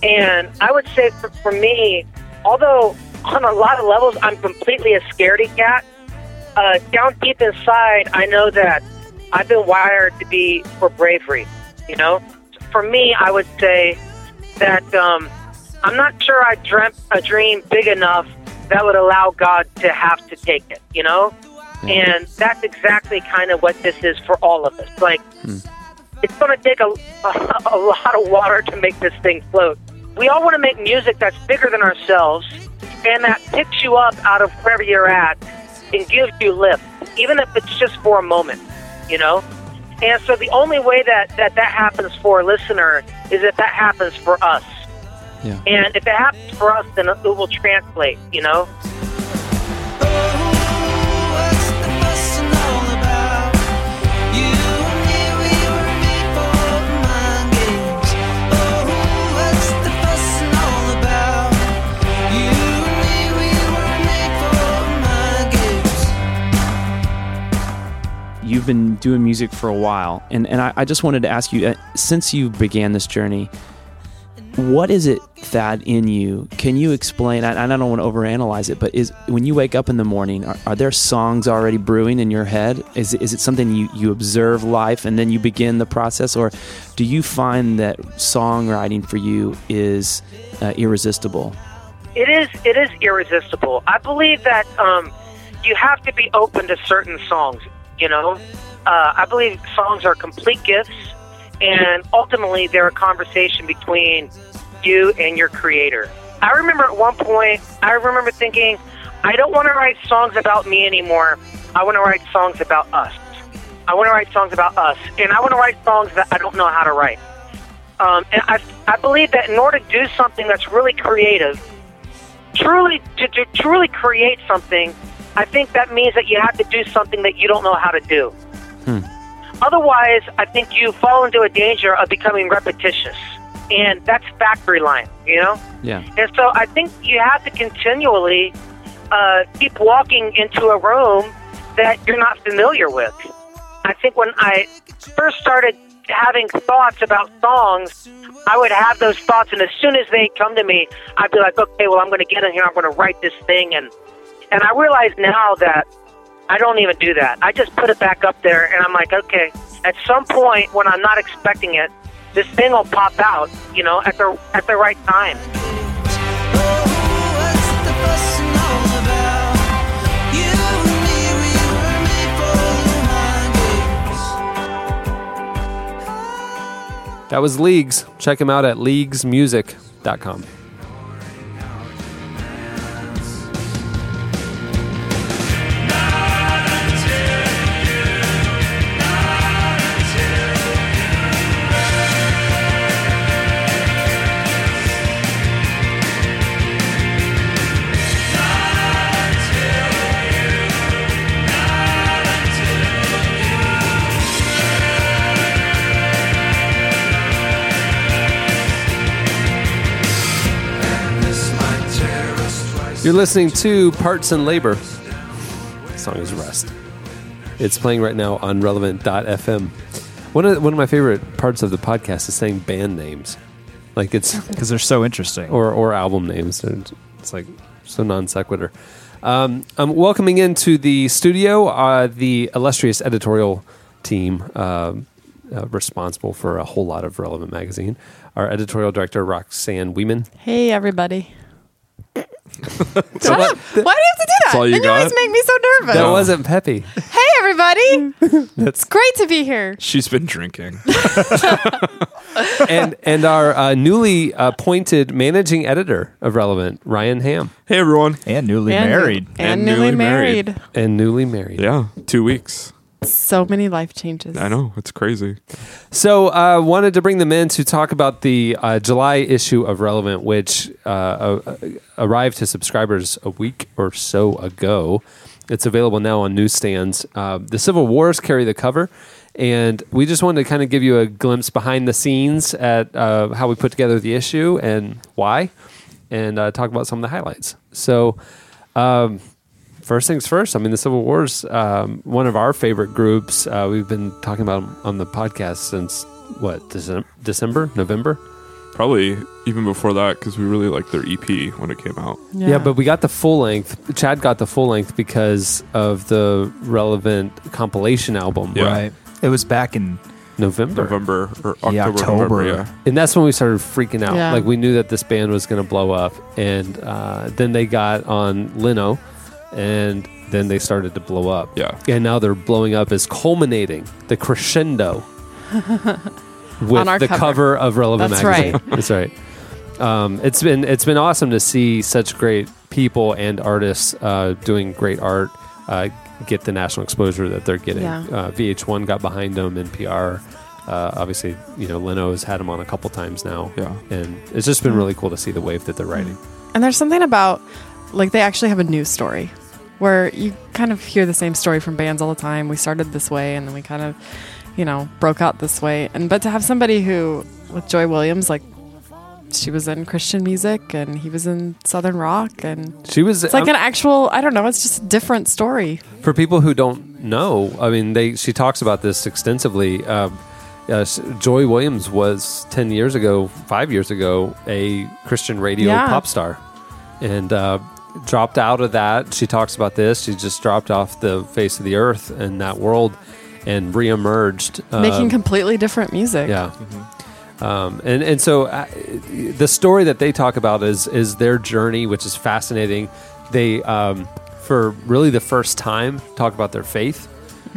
S11: And I would say for, for me, although on a lot of levels I'm completely a scaredy cat, uh, down deep inside, I know that I've been wired to be for bravery, you know? For me, I would say that um, I'm not sure I dreamt a dream big enough that would allow God to have to take it, you know? And that's exactly kind of what this is for all of us. Like, it's going to take a, a, lot of water to make this thing float. We all want to make music that's bigger than ourselves and that picks you up out of wherever you're at and gives you lift, even if it's just for a moment, you know? And so the only way that that, that happens for a listener is if that happens for us. And if it happens for us, then it will translate, you know?
S9: Oh,
S10: you've been doing music for a while and, and I, I just wanted to ask you uh, since you began this journey what is it that in you, can you explain? And I don't want to overanalyze it, but is when you wake up in the morning, are, are there songs already brewing in your head? Is it- is it something you you observe life and then you begin the process, or do you find that songwriting for you is uh, irresistible?
S11: It is it is irresistible. I believe that um, you have to be open to certain songs. You know, uh, I believe songs are complete gifts, and ultimately they're a conversation between you and your creator. I remember at one point, I remember thinking, I don't want to write songs about me anymore. I want to write songs about us. I want to write songs about us, and I want to write songs that I don't know how to write. Um, and I, I believe that in order to do something that's really creative, truly to, to truly create something, I think that means that you have to do something that you don't know how to do.
S7: Hmm.
S11: Otherwise, I think you fall into a danger of becoming repetitious, and that's factory line, you know.
S10: Yeah.
S11: And so I think you have to continually uh, keep walking into a room that you're not familiar with. I think when I first started having thoughts about songs, I would have those thoughts, and as soon as they come to me, I'd be like, okay, well, I'm going to get in here, I'm going to write this thing. And, and I realize now that I don't even do that. I just put it back up there, and I'm like, okay, at some point when I'm not expecting it, this thing will pop out, you know, at the, at the right time.
S1: That was Leagues. Check him out at leaguesmusic.com. You're listening to Parts and Labor. The song is Rest. It's playing right now on relevant.fm. One of, one of my favorite parts of the podcast is saying band names. Like it's because they're so interesting, or or album names. They're- It's like so non sequitur. Um, I'm welcoming into the studio uh, the illustrious editorial team uh, uh, responsible for a whole lot of Relevant magazine. Our editorial director Roxanne Weeman.
S12: Hey, everybody.
S1: So
S12: Shut
S1: what-
S12: up. Why do you have to do that?
S1: That's all you
S12: Then
S1: got?
S12: always make me so nervous.
S1: That wasn't peppy.
S12: Hey, everybody.
S1: That's
S12: it's great to be here.
S13: She's been drinking.
S1: and and our uh, newly appointed managing editor of Relevant, Ryan Ham.
S13: Hey everyone,
S1: and newly
S12: And- married. and newly married.
S1: and newly married.
S13: Yeah, two weeks.
S12: So many life changes.
S13: I know it's crazy.
S1: So uh, wanted to bring them in to talk about the uh, July issue of Relevant, which uh, uh, arrived to subscribers a week or so ago. It's available now on newsstands. Uh, the Civil Wars carry the cover, and we just wanted to kind of give you a glimpse behind the scenes at uh, how we put together the issue and why, and uh, talk about some of the highlights. So. Um, First things first. I mean, the Civil War's um, one of our favorite groups. Uh, we've been talking about 'em on the podcast since what Decem- December, November.
S13: Probably even before that because we really liked their EP when it came out.
S1: Yeah. but we got the full length. Chad got the full length because of the relevant compilation album.
S13: Yeah. Right.
S1: It was back in November,
S13: November or October,
S1: yeah,
S13: November, yeah.
S1: And that's when we started freaking out.
S13: Yeah.
S1: Like we knew that this band was going to blow up, and uh, then they got on Lino, and then they started to blow up. Yeah. And now they're blowing up is culminating the crescendo with
S12: On our
S1: the cover.
S12: cover.
S1: of Relevant
S12: That's
S1: magazine.
S12: right.
S1: That's right. Um, it's been it's been awesome to see such great people and artists uh, doing great art uh, get the national exposure that they're getting.
S12: Yeah.
S1: Uh, VH1 got behind them, NPR. Uh, obviously, you know Leno has had them on a couple times now, yeah. and it's just
S12: Mm.
S1: been really cool to see the wave that they're riding.
S12: And there's something about, like, they actually have a news story where you kind of hear the same story from bands all the time. We started this way and then we kind of, you know, broke out this way. And, but to have somebody who, with Joy Williams, like, she was in Christian music and he was in Southern rock. And
S1: She was
S12: it's like
S1: I'm-
S12: an actual, I don't know, it's just a different story.
S1: for people who don't know, I mean, they she talks about this extensively. Um, Uh, s- Joy Williams was 10 years ago, five years ago, a Christian radio
S12: Yeah.
S1: pop star and uh, dropped out of that. She talks about this. She just dropped off the face of the earth and that world and reemerged. uh,
S12: Making completely different music.
S1: yeah. Um, and and so uh, the story that they talk about is is their journey, which is fascinating. They um, for really the first time talk about their faith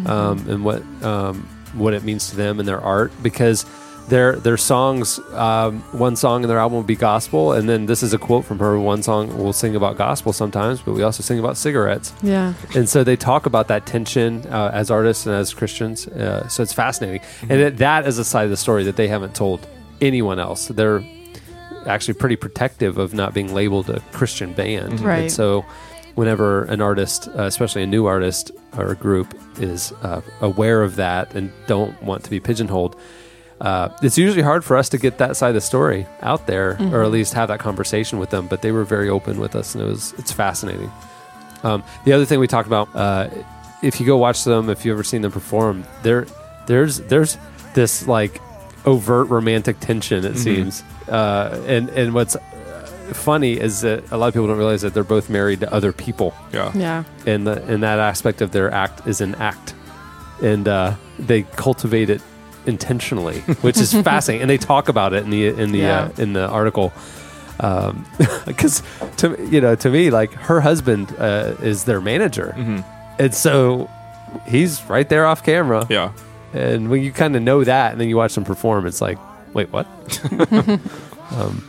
S1: um, and what um, what it means to them and their art because. Their, their songs, um, one song in their album will be gospel, and then this is a quote from her. One song we'll sing about gospel sometimes, but we also sing about cigarettes
S12: Yeah.
S1: and so they talk about that tension uh, as artists and as Christians. Uh, so it's fascinating,
S12: Mm-hmm.
S1: and that, that is a side of the story that they haven't told anyone else. They're actually pretty protective of not being labeled a Christian band,
S12: Mhm. Right.
S1: And so whenever an artist, uh, especially a new artist or a group, is uh, aware of that and don't want to be pigeonholed. Uh, it's usually hard for us to get that side of the story out there, or at
S10: Mhm.
S1: least have that conversation with them. But they were very open with us, and it was it's fascinating. Um, the other thing we talked about, uh, if you go watch them, if you've ever seen them perform, there, there's there's this like overt romantic tension. It
S10: Mhm.
S1: seems, uh, and and what's uh, funny is that a lot of people don't realize that they're both married to other people. Yeah,
S12: Yeah.
S1: And the, and that aspect of their act is an act, and uh, they cultivate it intentionally, which is fascinating. And they talk about it in the in the
S10: Yeah.
S1: uh, in the article. Um 'cause because to you know to me like her husband uh, is their manager and so he's right there off camera yeah and when you kind of know that and then you watch them perform it's like wait what um,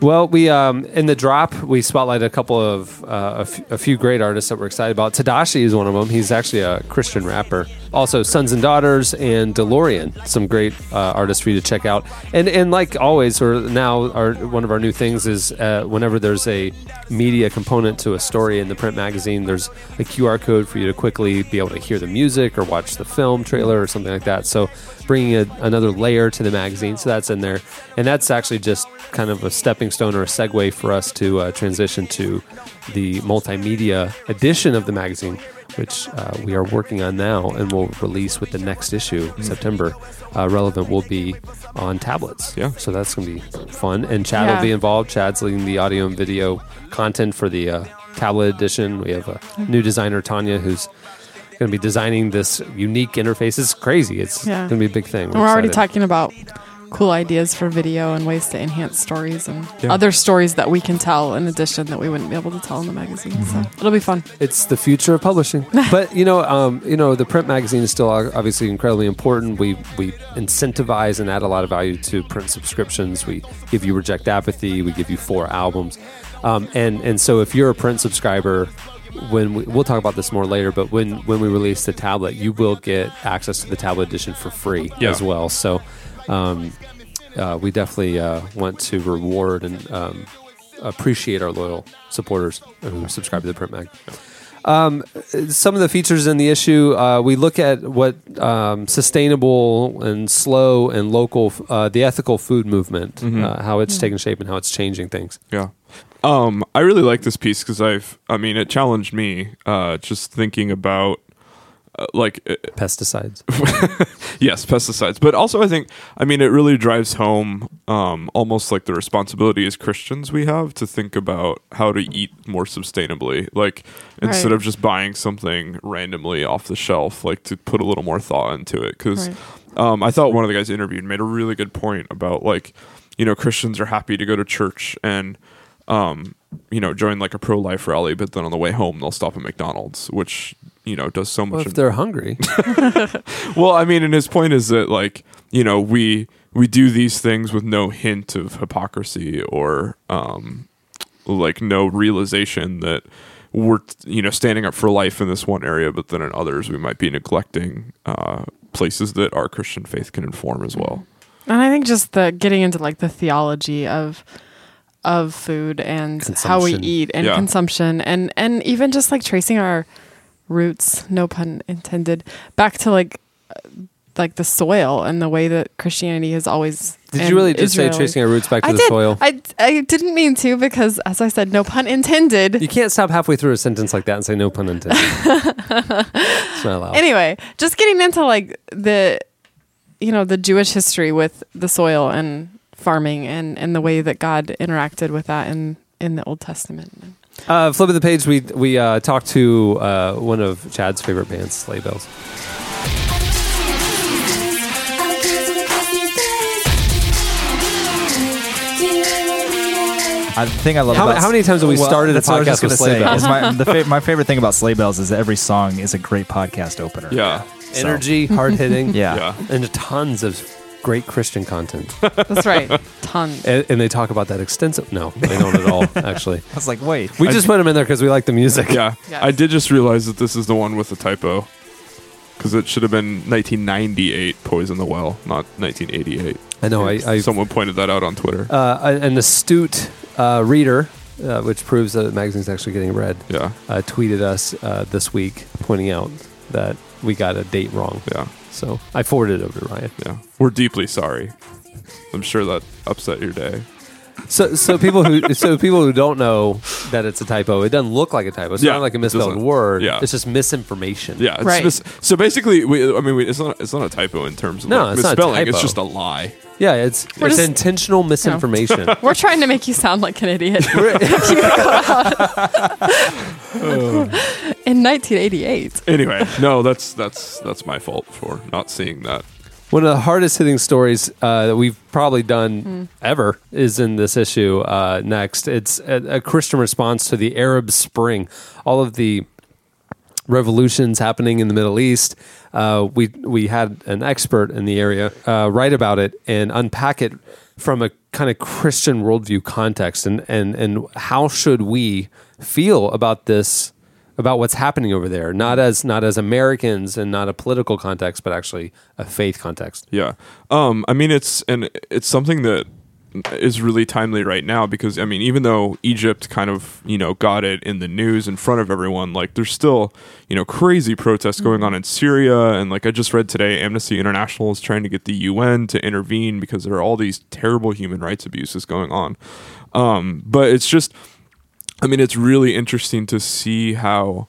S1: well we um, in the drop we spotlighted a couple of uh, a, f- a few great artists that we're excited about tadashi is one of them he's actually a christian rapper also sons and daughters and delorean some great uh, artists for you to check out and and like always or now our one of our new things is uh, whenever there's a media component to a story in the print magazine there's a qr code for you to quickly be able to hear the music or watch the film trailer or something like that so bringing a, another layer to the magazine so that's in there and that's actually just kind of a stepping stone or a segue for us to uh, transition to the multimedia edition of the magazine which uh, we are working on now and will release with the next issue september uh, relevant will be on tablets yeah so that's going to be fun and chad
S10: Yeah.
S1: will be involved chad's leading the audio and video content for the uh, tablet edition we have a
S12: Mm-hmm.
S1: new designer tanya who's going to be designing this unique interface it's crazy it's
S12: Yeah.
S1: going to be a big thing
S12: And we're already
S1: excited.
S12: talking about cool ideas for video and ways to enhance stories and
S1: Yeah.
S12: other stories that we can tell in addition that we wouldn't be able to tell in the magazine. So it'll be fun.
S1: It's the future of publishing. but you know, um, you know, the print magazine is still o- obviously incredibly important. We we incentivize and add a lot of value to print subscriptions. We give you Reject Apathy. We give you four albums, um, and and so if you're a print subscriber. When we, we'll talk about this more later, but when when we release the tablet, you will get access to the tablet edition for free
S10: Yeah.
S1: as well. So, um, uh, we definitely uh, want to reward and um, appreciate our loyal supporters who subscribe to the print mag. Um, some of the features in the issue, uh, we look at what um, sustainable and slow and local, uh, the ethical food movement,
S13: Mhm.
S1: uh, how it's taken shape and how it's changing things.
S13: Yeah. Um, I really like this piece because I've, I mean, it challenged me uh, just thinking about uh, like
S1: pesticides.
S13: yes, pesticides. But also, I think, I mean, it really drives home um, almost like the responsibility as Christians we have to think about how to eat more sustainably. Like, instead
S10: Right.
S13: of just buying something randomly off the shelf, like to put a little more thought into it. Because
S10: Right.
S13: um, I thought one of the guys interviewed made a really good point about like, you know, Christians are happy to go to church and, um, you know, join like a pro life rally, but then on the way home they'll stop at McDonald's, which you know does so much.
S1: Well, if
S13: of-
S1: they're hungry,
S13: well, I mean, and his point is that like you know we we do these things with no hint of hypocrisy or um, like no realization that we're you know standing up for life in this one area, but then in others we might be neglecting uh, places that our Christian faith can inform as well.
S12: And I think just the getting into like the theology of of food and how we
S13: Consumption.
S12: eat and
S13: Yeah.
S12: consumption and and even just like tracing our roots, no pun intended, back to like uh, like the soil and the way that Christianity has always
S1: Did you
S12: and
S1: really just say
S12: Israel-
S1: tracing our roots back to
S12: I
S1: the
S12: did.
S1: soil?
S12: I, I didn't mean to because as I said, no pun intended.
S1: you can't stop halfway through a sentence like that and say no pun intended. it's not allowed.
S12: Anyway, just getting into like the you know the Jewish history with the soil and farming and and the way that God interacted with that in in the Old Testament.
S1: Uh, flip of the page, we we uh, talked to uh, one of Chad's favorite bands, Sleigh Bells.
S5: I think I love.
S1: How-
S5: about-
S1: how many times have we started a
S5: that's what I was
S1: podcast
S5: just gonna
S1: with sleigh
S5: say,
S1: bells?
S5: is My, the fa- my favorite thing about sleigh bells is that every song is a great podcast opener.
S13: Yeah.
S5: So-
S1: Energy, hard hitting.
S5: Yeah.
S1: And tons of great Christian content.
S12: That's right, tons.
S1: And, and they talk about that extensive. No, they don't at all, actually.
S5: I was like, wait.
S1: We just put them in there because we like the music.
S13: Yeah.
S12: Yes.
S13: I did just realize that this is the one with the typo. Because it should have been 1998 Poison the Well, not 1988.
S1: I know, I- I-
S13: Someone pointed that out on Twitter.
S1: Uh, an- an astute uh, reader, uh, which proves that the magazine's actually getting read,
S13: yeah.
S1: uh, tweeted us uh, this week pointing out that we got a date wrong.
S13: Yeah.
S1: So I forwarded it over to Ryan.
S13: Yeah. We're deeply sorry. I'm sure that upset your day.
S1: So, so people who so people who don't know that it's a typo, it doesn't look like a typo. It's
S13: Yeah,
S1: not like a
S13: it
S1: misspelled
S13: doesn't.
S1: word.
S13: Yeah.
S1: It's just misinformation.
S13: Yeah, it's mis- so basically, we, I mean, we, it's not it's not a typo in terms of
S1: No,
S13: like,
S1: it's not a
S13: misspelling. It's
S1: typo.
S13: just a lie.
S1: yeah, it's
S12: We're
S1: it's
S12: just-
S1: intentional misinformation.
S12: We're trying to make you sound like an idiot. in 1988.
S13: Anyway, no, that's that's that's my fault for not seeing that.
S1: One of the hardest hitting stories uh, that we've probably done ever is in this issue. Uh, next, it's a, a Christian response to the Arab Spring, all of the revolutions happening in the Middle East. Uh, we we had an expert in the area uh, write about it and unpack it from a kind of Christian worldview context, and and and how should we feel about this? About what's happening over there, not as not as Americans and not a political context, but actually a faith context.
S13: Yeah. Um, I mean, it's and it's something that is really timely right now because I mean, even though Egypt kind of you know got it in the news in front of everyone, like there's still you know crazy protests going
S1: Mm-hmm.
S13: on in Syria, and like I just read today, Amnesty International is trying to get the UN to intervene because there are all these terrible human rights abuses going on. Um, but it's just, I mean, it's really interesting to see how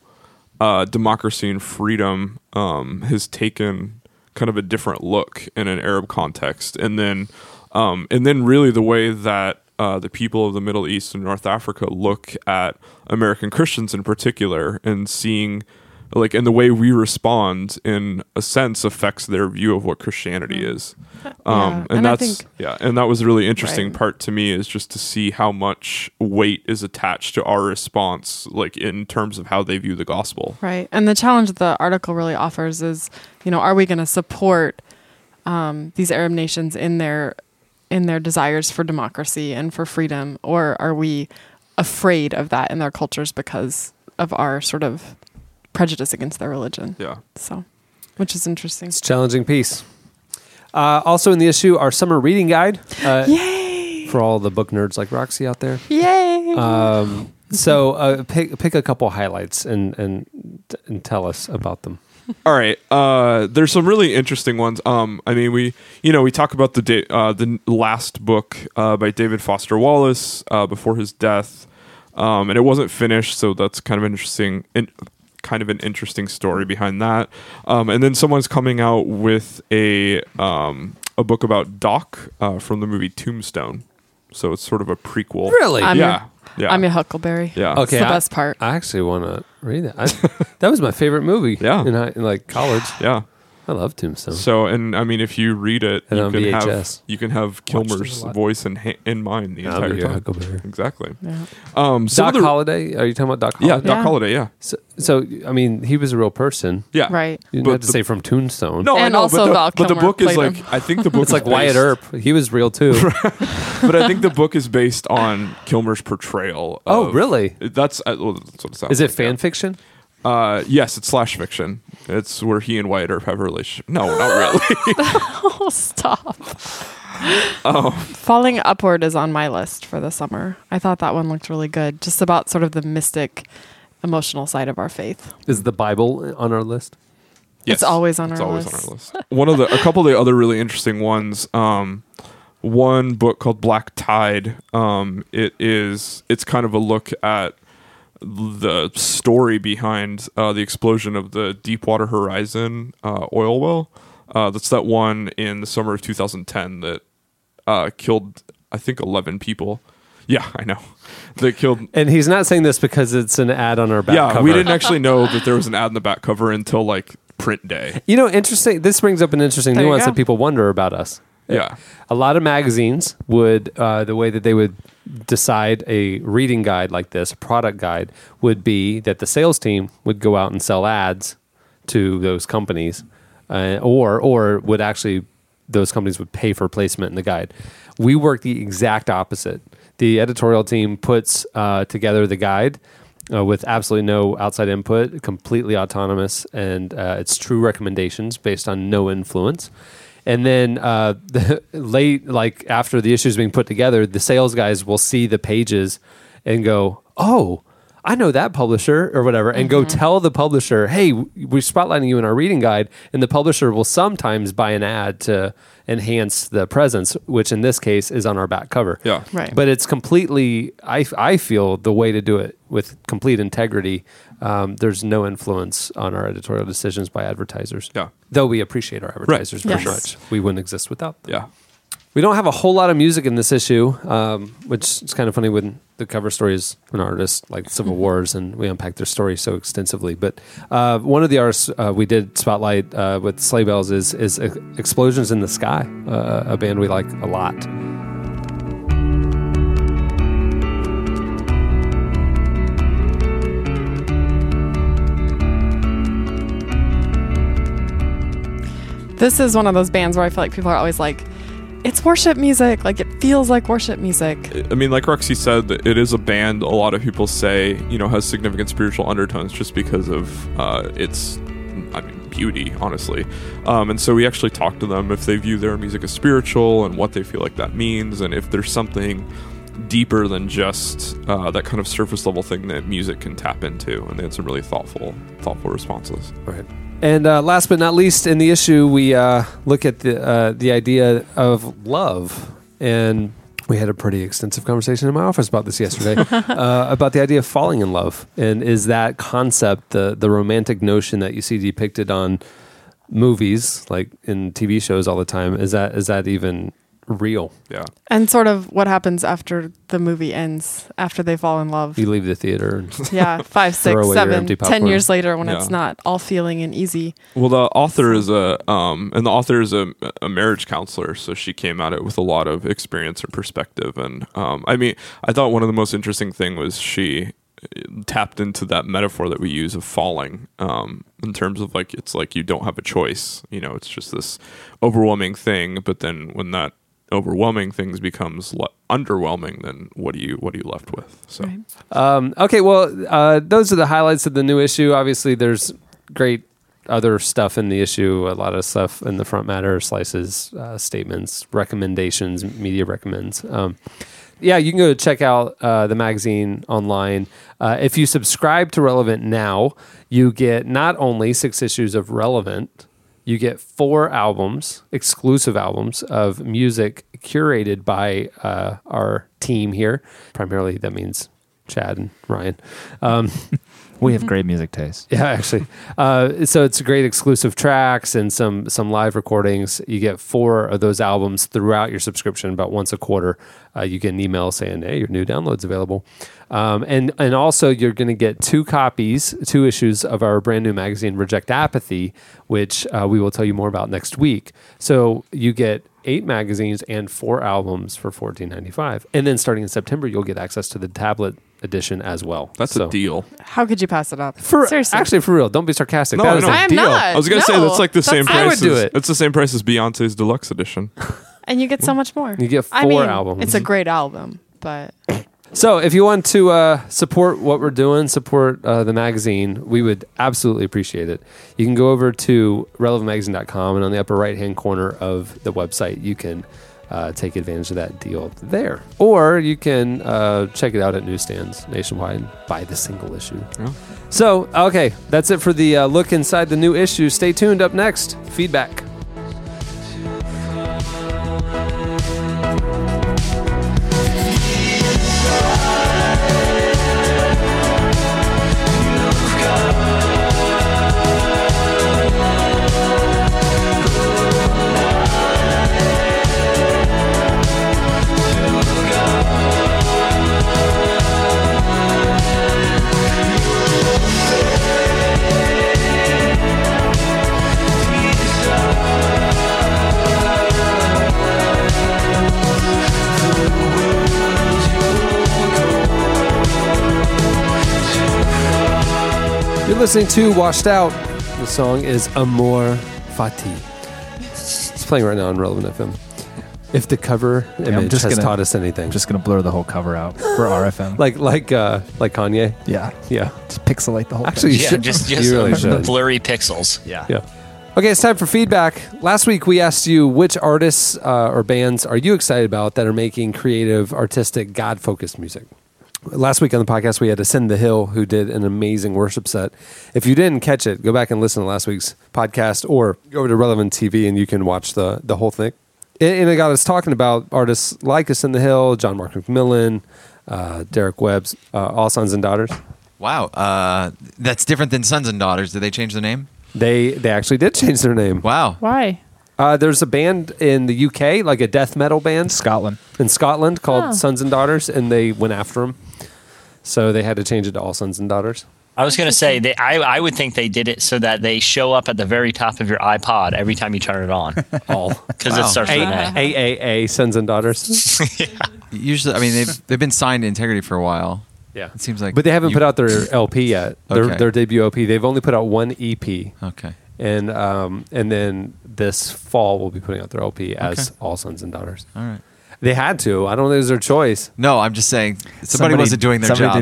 S13: uh, democracy and freedom um, has taken kind of a different look in an Arab context, and then um, and then really the way that uh, the people of the Middle East and North Africa look at American Christians in particular, and seeing like and the way we respond in a sense affects their view of what Christianity is. Um,
S12: Yeah,
S13: and,
S12: and I
S13: that's
S12: think-
S13: yeah, and that was a really interesting
S12: Right.
S13: part to me is just to see how much weight is attached to our response, like in terms of how they view the gospel.
S12: Right. And the challenge that the article really offers is, you know, are we going to support um, these Arab nations in their in their desires for democracy and for freedom, or are we afraid of that in their cultures because of our sort of prejudice against their religion?
S13: Yeah.
S12: So, which is interesting.
S1: It's a challenging piece. Uh, also in the issue, our summer reading guide. Uh, Yay! For all the book nerds like Roxy out there.
S12: Yay!
S1: Um, so uh, pick pick a couple highlights and and, and tell us about them.
S13: All right. Uh, there's some really interesting ones. Um, I mean, we you know we talk about the da- uh, the n- last book uh, by David Foster Wallace uh, before his death, um, and it wasn't finished, so that's kind of interesting. In- kind of an interesting story behind that. Um, and then someone's coming out with a um, a book about Doc uh, from the movie Tombstone, so it's sort of a prequel.
S1: Really?
S12: I'm
S13: yeah.
S12: Your,
S13: yeah.
S12: I'm your Huckleberry.
S13: Yeah.
S12: It's the
S1: I-
S12: best part.
S1: I, actually want to read that. I, that was my favorite movie.
S13: Yeah.
S1: In, high, in like college.
S13: Yeah.
S1: I love Tombstone.
S13: So, and I mean, if you read it,
S1: And
S13: you
S1: on
S13: can have
S1: VHS.
S13: you can have
S1: Watched it a
S13: Kilmer's
S1: lot.
S13: voice in ha- in mind the
S1: I'll be
S13: entire
S1: your
S13: time.
S1: Huckleberry.
S13: Exactly.
S1: Yeah.
S13: Um, some
S1: Doc
S13: of the-
S1: Holliday? Are you talking about Doc
S13: Yeah,
S1: Holliday?
S13: Doc Yeah. Holliday, yeah.
S1: So, so, I mean, he was a real person.
S13: Yeah. Right.
S1: You didn't
S13: But
S1: have to
S13: the-
S1: say from Tombstone.
S13: No, I
S12: And
S13: know,
S12: also
S13: but the,
S12: Val
S13: but the
S12: Kilmer
S13: book is
S12: played
S13: like
S12: him.
S13: I think the book
S1: It's
S13: is
S1: like Wyatt
S13: based-
S1: Earp. He was real too.
S13: but I think the book is based on Kilmer's portrayal.
S1: Oh,
S13: of-
S1: really?
S13: That's, uh, well, that's what it sounds.
S1: Is
S13: like,
S1: it
S13: yeah.
S1: fan fiction?
S13: Uh, yes, it's slash fiction. It's where he and Wyatt Earp have a relationship. No, not really.
S12: oh, stop.
S13: oh,
S12: Falling Upward is on my list for the summer. I thought that one looked really good, just about sort of the mystic, emotional side of our faith.
S1: Is the Bible on our list?
S12: It's always on our
S13: always
S12: list.
S13: on our list. one of the a couple of the other really interesting ones um one book called black tide um it is it's kind of a look at the story behind uh, the explosion of the deepwater horizon uh, oil well Uh, that's that one in the summer of 2010 that uh, killed, I think, 11 people. Yeah, I know. That killed
S1: And he's not saying this because it's an ad on our back
S13: yeah,
S1: cover.
S13: we didn't actually know that there was an ad in the back cover until like print day.
S1: You know, interesting. This brings up an interesting
S13: There you
S1: nuance
S13: go.
S1: that people wonder about us.
S13: Yeah.
S1: a lot of magazines would uh, the way that they would decide a reading guide like this, a product guide, would be that the sales team would go out and sell ads to those companies, uh, or or would actually those companies would pay for placement in the guide. We work the exact opposite. The editorial team puts uh, together the guide uh, with absolutely no outside input, completely autonomous, and uh, it's true recommendations based on no influence. And then uh, the, late, like after the issues being put together, the sales guys will see the pages and go, "Oh, I know that publisher or whatever," and go tell the publisher, "Hey, w- we're spotlighting you in our reading guide." And the publisher will sometimes buy an ad to enhance the presence, which in this case is on our back cover.
S13: Yeah,
S12: Right.
S1: But it's completely. I I feel the way to do it with complete integrity. Um, there's no influence on our editorial decisions by advertisers. Yeah. Though we appreciate our advertisers
S13: Yes.
S1: very much. We wouldn't exist without them.
S13: Yeah.
S1: We don't have a whole lot of music in this issue, um, which is kind of funny when the cover story is an artist like Civil Wars, and we unpack their story so extensively. But uh, one of the artists uh, we did spotlight uh, with Sleigh Bells is is uh, Explosions in the Sky, uh, a band we like a lot.
S12: This is one of those bands where I feel like people are always like, it's worship music. Like it feels like worship music.
S13: I mean, like Roxy said, it is a band. A lot of people say you know has significant spiritual undertones just because of uh, its, I mean, beauty, honestly. Um, and so we actually talked to them if they view their music as spiritual and what they feel like that means, and if there's something deeper than just uh, that kind of surface level thing that music can tap into. And they had some really thoughtful, thoughtful responses.
S1: Right. And uh, last but not least, in the issue, we uh, look at the uh, the idea of love, and we had a pretty extensive conversation in my office about this yesterday uh, about the idea of falling in love, and is that concept the the romantic notion that you see depicted on movies, like in TV shows all the time, is that is that even real?
S13: Yeah,
S12: And sort of what happens after the movie ends, after they fall in love.
S1: you leave the theater. And
S12: Yeah, five,
S1: throw
S12: six,
S1: away your
S12: seven,
S1: empty
S12: ten
S1: popcorn.
S12: years later when it's
S13: Yeah.
S12: not all feeling and easy.
S13: Well, the author is a um, and the author is a, a marriage counselor, so she came at it with a lot of experience and perspective. And um, I mean, I thought one of the most interesting thing was she uh, tapped into that metaphor that we use of falling um, in terms of like it's like you don't have a choice. You know, it's just this overwhelming thing. But then when that overwhelming things becomes le- underwhelming, then what do you what are you left with? So
S1: Um, okay, well, uh, those are the highlights of the new issue. Obviously, there's great other stuff in the issue. A lot of stuff in the front matter, slices, uh, statements, recommendations, media recommends. Um, yeah, you can go check out uh, the magazine online. Uh, if you subscribe to Relevant now, you get not only six issues of Relevant, you get four albums, exclusive albums of music curated by uh, our team here. Primarily, that means Chad and Ryan. Um,
S6: We have great music taste.
S1: yeah, actually. Uh, so it's great exclusive tracks and some some live recordings. You get four of those albums throughout your subscription, about once a quarter. Uh, you get an email saying, "Hey, your new download's available," um, and and also you're going to get two copies, two issues of our brand new magazine, Reject Apathy, which uh, we will tell you more about next week. So you get eight magazines and four albums for fourteen ninety five, and then starting in September, you'll get access to the tablet edition as well.
S13: That's a deal.
S12: How could you pass it up?
S1: For,
S12: Seriously.
S1: Actually, for real, don't be sarcastic.
S13: No,
S1: that
S13: I
S1: is
S13: know.
S1: a
S12: I am
S1: deal.
S12: not.
S13: I was gonna say that's
S12: No,
S13: like the
S12: that's
S13: same
S12: not- I
S13: price.
S12: would do
S13: as,
S12: it.
S13: It's the same price as Beyonce's deluxe edition.
S12: and you get so much more.
S1: Mm. You get
S12: I
S1: four
S12: mean,
S1: albums.
S12: It's a great album, but
S1: So, if you want to uh, support what we're doing, support uh, the magazine, we would absolutely appreciate it. You can go over to relevantmagazine.com, and on the upper right hand corner of the website, you can uh, take advantage of that deal there. Or you can uh, check it out at newsstands nationwide and buy the single issue. So, okay, that's it for the uh, look inside the new issue. Stay tuned. Up next, feedback.
S7: You've got
S1: You're listening to Washed Out. The song is Amor Fati. It's playing right now on Relevant FM. If the cover
S6: Yeah,
S1: image
S6: I'm just
S1: has
S6: gonna-
S1: taught us anything, just gonna blur the whole cover out for RFM. like like uh, like Kanye.
S6: Yeah.
S1: yeah.
S6: Just pixelate the whole
S1: Actually, you
S4: yeah,
S1: should.
S4: just just
S1: you really should.
S4: blurry pixels.
S1: Yeah. Okay, it's time for feedback. Last week we asked you which artists uh, or bands are you excited about that are making creative, artistic, God focused music. Last week on the podcast we had Ascend the Hill who did an amazing worship set. If you didn't catch it, go back and listen to last week's podcast or go over to Relevant TV and you can watch the the whole thing. And- And it got us talking about artists like Ascend the Hill, John Mark McMillan, uh, Derek Webb's uh, All Sons and Daughters.
S3: Wow, uh, that's different than Sons and Daughters. Did they change the name?
S1: They they actually did change their name.
S3: Wow.
S8: Why?
S1: Uh, there's a band in the UK, like a death metal band, Scotland, in Scotland called
S4: Oh.
S1: Sons and Daughters, and they went after them, so they had to change it to All Sons and Daughters.
S4: I was going to say they, I I would think they did it so that they show up at the very top of your iPod every time you turn it on.
S1: All
S4: because it starts
S1: a-
S4: with an A.
S1: AAA Sons and Daughters.
S3: Usually, I mean, they've they've been signed to Integrity for a while.
S1: Yeah,
S3: it seems like,
S1: but they haven't
S3: you-
S1: put out their LP yet. Their
S3: Okay.
S1: their debut LP. They've only put out one EP.
S3: Okay.
S1: And um and then this fall we'll be putting out their LP as
S3: Okay.
S1: All Sons and Daughters.
S3: All right.
S1: They had to. I don't think it was their choice.
S3: No, I'm just saying somebody, wasn't doing their job.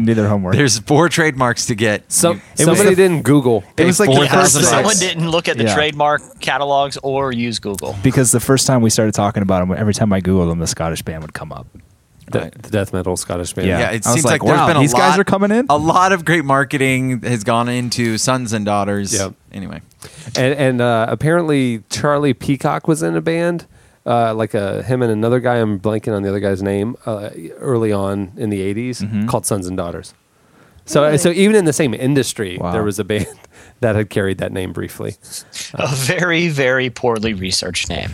S3: There's four trademarks to get.
S1: Some, somebody didn't Google.
S3: It was like the
S4: Yeah,
S3: first
S4: someone
S3: box.
S4: didn't look at the
S6: Yeah.
S4: trademark catalogs or use Google.
S6: Because the first time we started talking about them, every time I Googled them, the Scottish band would come up.
S1: The, the death metal Scottish band.
S6: Yeah.
S3: Yeah, it
S6: I was
S3: seems like,
S6: like,
S3: there's
S6: wow,
S3: been a
S6: these
S3: lot,
S6: guys are coming in?
S3: A lot of great marketing has gone into Sons and Daughters.
S1: Yep.
S3: Anyway,
S1: and and uh, apparently Charlie Peacock was in a band, uh, like a him and another guy. I'm blanking on the other guy's name. Uh, early on in the '80s, called Sons and Daughters. So so even in the same industry, there was a band that had carried that name briefly.
S4: A very very poorly researched name.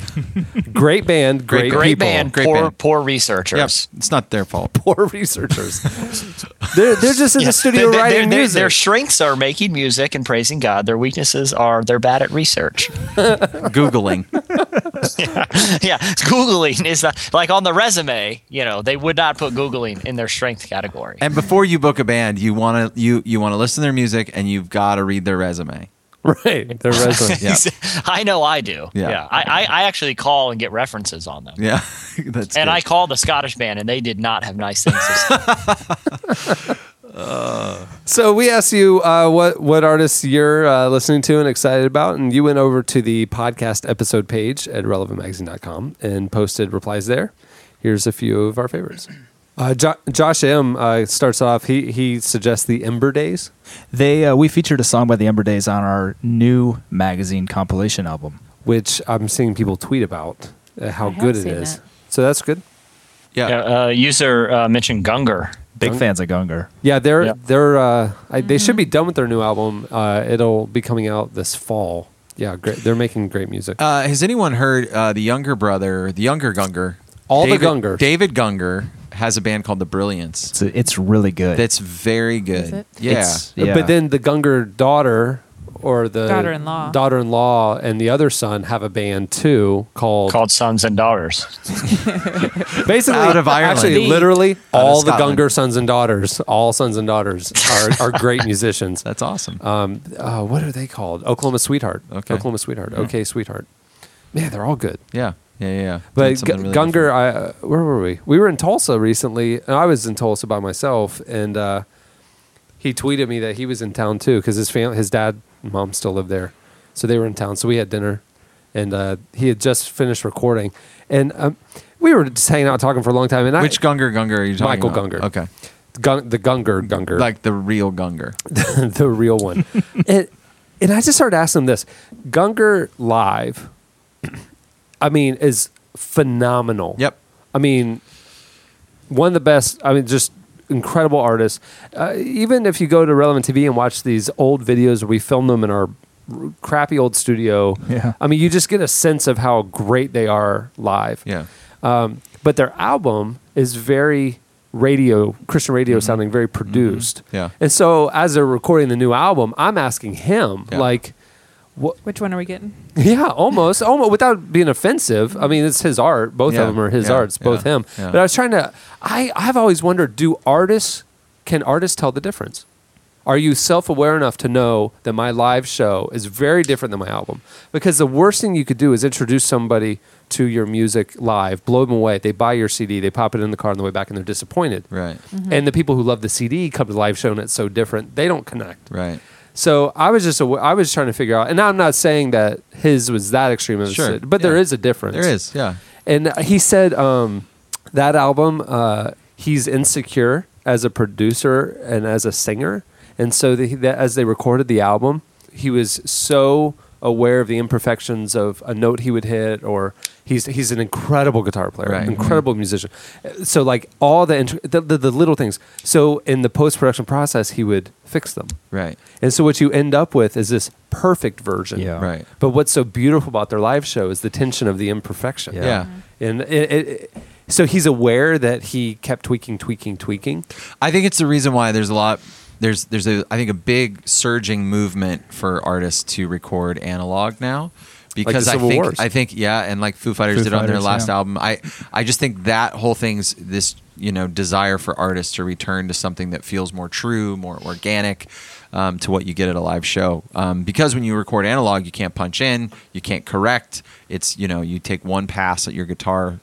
S1: Great band, great,
S4: great
S1: people.
S4: band, poor poor researchers.
S3: it's not their fault.
S1: Poor researchers. They're they're just in the studio
S4: Their- their-
S1: writing
S4: their-
S1: music.
S4: Their strengths are making music and praising God. Their weaknesses are they're bad at research.
S3: Googling.
S4: yeah. yeah, Googling is not like on the resume. You know, they would not put Googling in their strength category.
S3: and before you book a band, you want to you you want to listen to their music and you've got to read their resume.
S1: Right, their resume.
S3: yeah.
S4: I know I do.
S3: Yeah.
S4: Yeah, I, I I actually call and get references on them.
S3: Yeah, that's
S4: and
S3: good.
S4: I called the Scottish band, and they did not have nice things. to say.
S1: So we asked you uh, what what artists you're uh, listening to and excited about, and you went over to the podcast episode page at relevantmagazine.com and posted replies there. Here's a few of our favorites. Uh, jo- Josh M uh, starts off. He he suggests the Ember Days.
S6: They uh, we featured a song by the Ember Days on our new magazine compilation album,
S1: which I'm seeing people tweet about uh, how
S6: I have
S1: good it
S6: seen
S1: is.
S6: that.
S1: So that's good.
S3: Yeah.
S4: Uh, user uh, mentioned Gunger.
S6: Big fans of Gunger.
S1: Yeah, they're they're uh, I, they
S6: Mm-hmm.
S1: should be done with their new album. Uh, it'll be coming out this fall. Yeah, great. They're making great music.
S3: Uh, has anyone heard uh, the younger brother, the younger Gunger?
S1: All the
S3: David-
S1: Gunger.
S3: David Gunger has a band called The Brilliance.
S6: It's, it's really good.
S3: That's very good.
S6: Is it?
S3: Yeah.
S6: It's- yeah.
S1: But then the Gunger daughter or the
S8: Daughter-in-law.
S1: daughter-in-law and the other son have a band too called
S4: called Sons and Daughters.
S1: Basically,
S4: Out of Ireland.
S1: actually,
S4: Indeed.
S1: literally,
S4: Out of
S1: all the
S4: Scotland.
S1: Gunger sons and daughters, all sons and daughters are, are great musicians.
S3: That's awesome.
S1: Um, uh, what are they called? Oklahoma Sweetheart.
S3: Okay.
S1: Oklahoma Sweetheart.
S3: Yeah.
S1: Okay, Sweetheart. Man, they're all good.
S3: Yeah. Yeah. Yeah. yeah. Doing
S1: But G-
S3: something really
S1: Gunger, I, uh, where were we? We were in Tulsa recently, and I was in Tulsa by myself. And uh, he tweeted me that he was in town too because his family, his dad, and mom still live there, so they were in town. So we had dinner, and uh, he had just finished recording, and um, we were just hanging out talking for a long time. And I,
S3: Which Gunger Gunger are you talking
S1: Michael
S3: about?
S1: Gunger.
S3: Okay.
S1: Gung, the Gunger Gunger,
S3: Like the real Gunger.
S1: the real one. and, and I just started asking him this Gunger Live, I mean, is phenomenal. Yep. I mean, one of the best, I mean, just incredible artists. Uh, even if you go to Relevant TV and watch these old videos where we film them in our r- crappy old studio,
S6: Yeah.
S1: I mean, you just get a sense of how great they are live.
S3: Yeah.
S1: Um, but their album is very radio, Christian radio sounding, very produced.
S3: Yeah.
S1: And so as they're recording the new album, I'm asking him, like, what?
S8: Which one are we getting?
S1: Yeah, almost, almost without being offensive. I mean, it's his art. Both
S3: Yeah,
S1: of them are his
S3: yeah,
S1: art. It's both
S3: yeah,
S1: him.
S3: yeah.
S1: But I was trying to. I I've always wondered: Do artists can artists tell the difference? Are you self aware enough to know that my live show is very different than my album? Because the worst thing you could do is introduce somebody to your music live, blow them away. They buy your CD, they pop it in the car on the way back, and they're disappointed.
S3: Right.
S2: Mhm.
S1: And the people who love the CD come to the live show and it's so different, they don't connect.
S3: Right.
S1: So I was just awa- I was trying to figure out, and I'm not saying that his was that extreme, of a
S3: Sure.
S1: sit- but there
S3: Yeah.
S1: is a difference.
S3: There is, yeah.
S1: And uh, he said um, that album, uh, he's insecure as a producer and as a singer. And so the, that as they recorded the album, he was so aware of the imperfections of a note he would hit or he's he's an incredible guitar player
S3: Right. Mm-hmm.
S1: incredible musician Uh, so like all the, int- the, the the little things so in the post-production process he would fix them
S3: Right.
S1: and so what you end up with is this perfect version.
S3: Yeah. Right.
S1: But what's so beautiful about their live show is the tension of the imperfection.
S3: Yeah.
S1: And it, it, it- so he's aware that he kept tweaking, tweaking, tweaking.
S3: I think it's the reason why there's a lot there's there's a I think a big surging movement for artists to record analog now
S1: Like
S3: because
S1: the
S3: I
S1: Civil
S3: think
S1: Wars.
S3: I think yeah and like Foo Fighters
S1: Foo
S3: did on their
S1: Fighters,
S3: last
S1: yeah.
S3: album I I just think that whole thing's this you know desire for artists to return to something that feels more true more organic um, to what you get at a live show um, because when you record analog you can't punch in you can't correct it's you know you take one pass at your guitar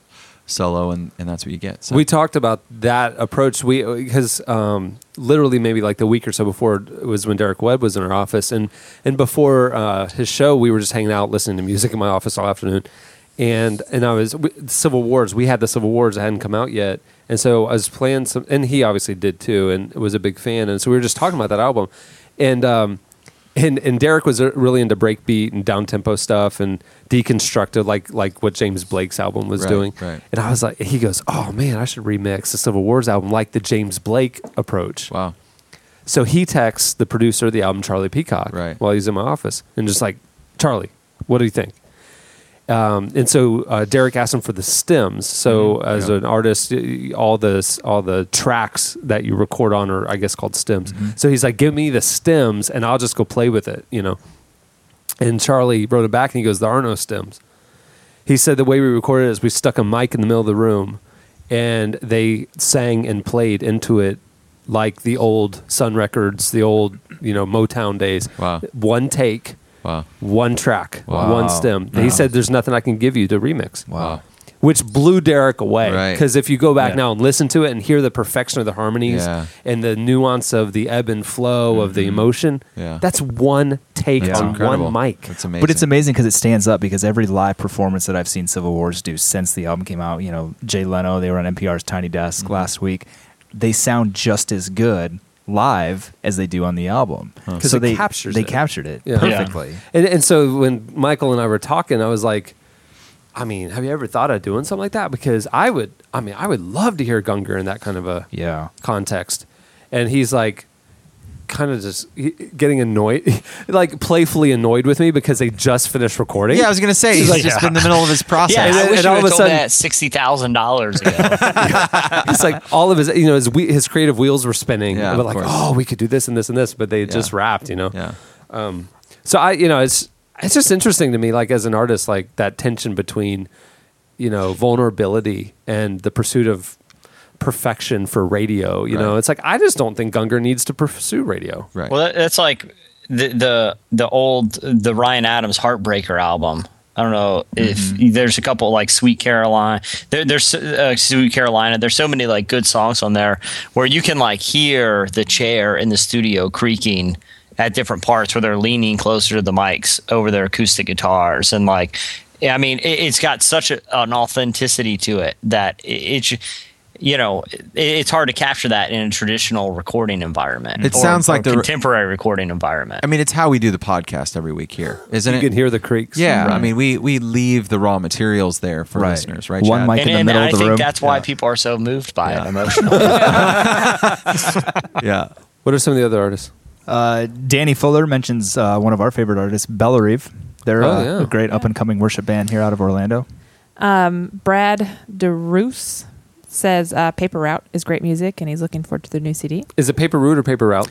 S3: solo and, and that's what you get so
S1: We talked about that approach. We because um, literally maybe like the week or so before it was when Derek Webb was in our office, and and before uh, his show, we were just hanging out listening to music in my office all afternoon, and and I was we, Civil Wars. We had the Civil Wars that hadn't come out yet, and so I was playing some, and he obviously did too, and was a big fan, and so we were just talking about that album, and. Um, and and Derek was uh, really into breakbeat and down tempo stuff and deconstructed like like what James Blake's album was
S3: Right,
S1: doing.
S3: right.
S1: And I was like, he goes, oh man, I should remix the Civil Wars album like the James Blake approach.
S3: Wow.
S1: So he texts the producer of the album, Charlie Peacock, right. while he's in my office, and just like, Charlie, what do you think? Um, and so uh, Derek asked him for the stems. So as an artist, y- y- all the s- all the tracks that you record on are, I guess, called stems. So he's like, "Give me the stems, and I'll just go play with it," you know. And Charlie wrote it back, and he goes, "There are no stems." He said the way we recorded it is we stuck a mic in the middle of the room, and they sang and played into it like the old Sun Records, the old you know Motown days. Wow. One take.
S3: Wow.
S1: One track.
S3: Wow.
S1: One stem.
S3: Wow.
S1: He said, "There's nothing I can give you to remix." Wow. Which blew Derek away
S3: Right.
S1: because if you go back
S3: Yeah.
S1: now and listen to it and hear the perfection of the harmonies
S3: Yeah. Mm-hmm.
S1: and the nuance of the ebb and flow of the emotion,
S3: Yeah.
S1: that's one take
S6: That's
S1: on
S6: incredible.
S1: one mic.
S3: That's
S6: But it's amazing because it stands up because every live performance that I've seen Civil Wars do since the album came out, you know, Jay Leno, they were on NPR's Tiny Desk
S1: Mm-hmm.
S6: last week. They sound just as good live as they do on the album.
S1: because
S6: So
S1: it
S6: they
S1: captures
S6: they
S1: it.
S6: captured it
S1: Yeah.
S6: perfectly.
S1: And, and so when Michael and I were talking, I was like, I mean, have you ever thought of doing something like that? Because I would, I mean, I would love to hear Gunger in that kind of a
S6: yeah
S1: context. And he's like, kind of just he- getting annoyed, like playfully annoyed with me because they just finished recording.
S3: Yeah, I was gonna say, he's just been in the middle of his process.
S4: Yeah,
S1: And
S4: I
S1: then-
S4: wish
S1: and
S4: you
S1: all
S4: all
S1: of a
S4: told
S1: sudden-
S4: that sixty thousand dollars ago.
S1: it's like all of his, you know, his whe- his creative wheels were spinning.
S3: Yeah,
S1: We're
S3: of
S1: like,
S3: course.
S1: oh, we could do this and this and this, but they just wrapped, you know.
S3: Yeah.
S1: Um, so I, you know, it's it's just interesting to me, like as an artist, like that tension between, you know, vulnerability and the pursuit of perfection for radio. You know,
S4: Right.
S1: it's like I just don't think Gunger needs to pursue radio.
S3: Right.
S4: Well, that- that's like the the the old the Ryan Adams Heartbreaker album. I don't know if there's a couple like Sweet Caroline. There, there's uh, Sweet Carolina. There's so many like good songs on there where you can like hear the chair in the studio creaking at different parts where they're leaning closer to the mics over their acoustic guitars and like yeah, I mean it, it's got such a, an authenticity to it that it, it's you know it, it's hard to capture that in a traditional recording environment.
S3: It
S4: or-
S3: sounds
S4: or
S3: like the-
S4: contemporary recording environment.
S3: I mean, it's how we do the podcast every week here, isn't
S4: You
S3: it?
S4: can
S1: hear the creaks.
S3: Yeah, I
S4: Right.
S3: mean, we we leave the raw materials there for
S6: Right.
S3: listeners, right?
S6: One
S3: Chad?
S6: mic
S4: and, and I think that's why people are so moved by it emotionally.
S3: yeah.
S1: What are some of the other artists?
S6: Uh, Danny Fuller mentions uh, one of our favorite artists, Bellarive. They're
S1: Oh,
S6: uh,
S1: yeah.
S6: a great up and coming worship band here out of Orlando.
S8: Um, Brad DeRoos says uh, Paper Route is great music, and he's looking forward to their new CD.
S1: Is it paper route or paper route?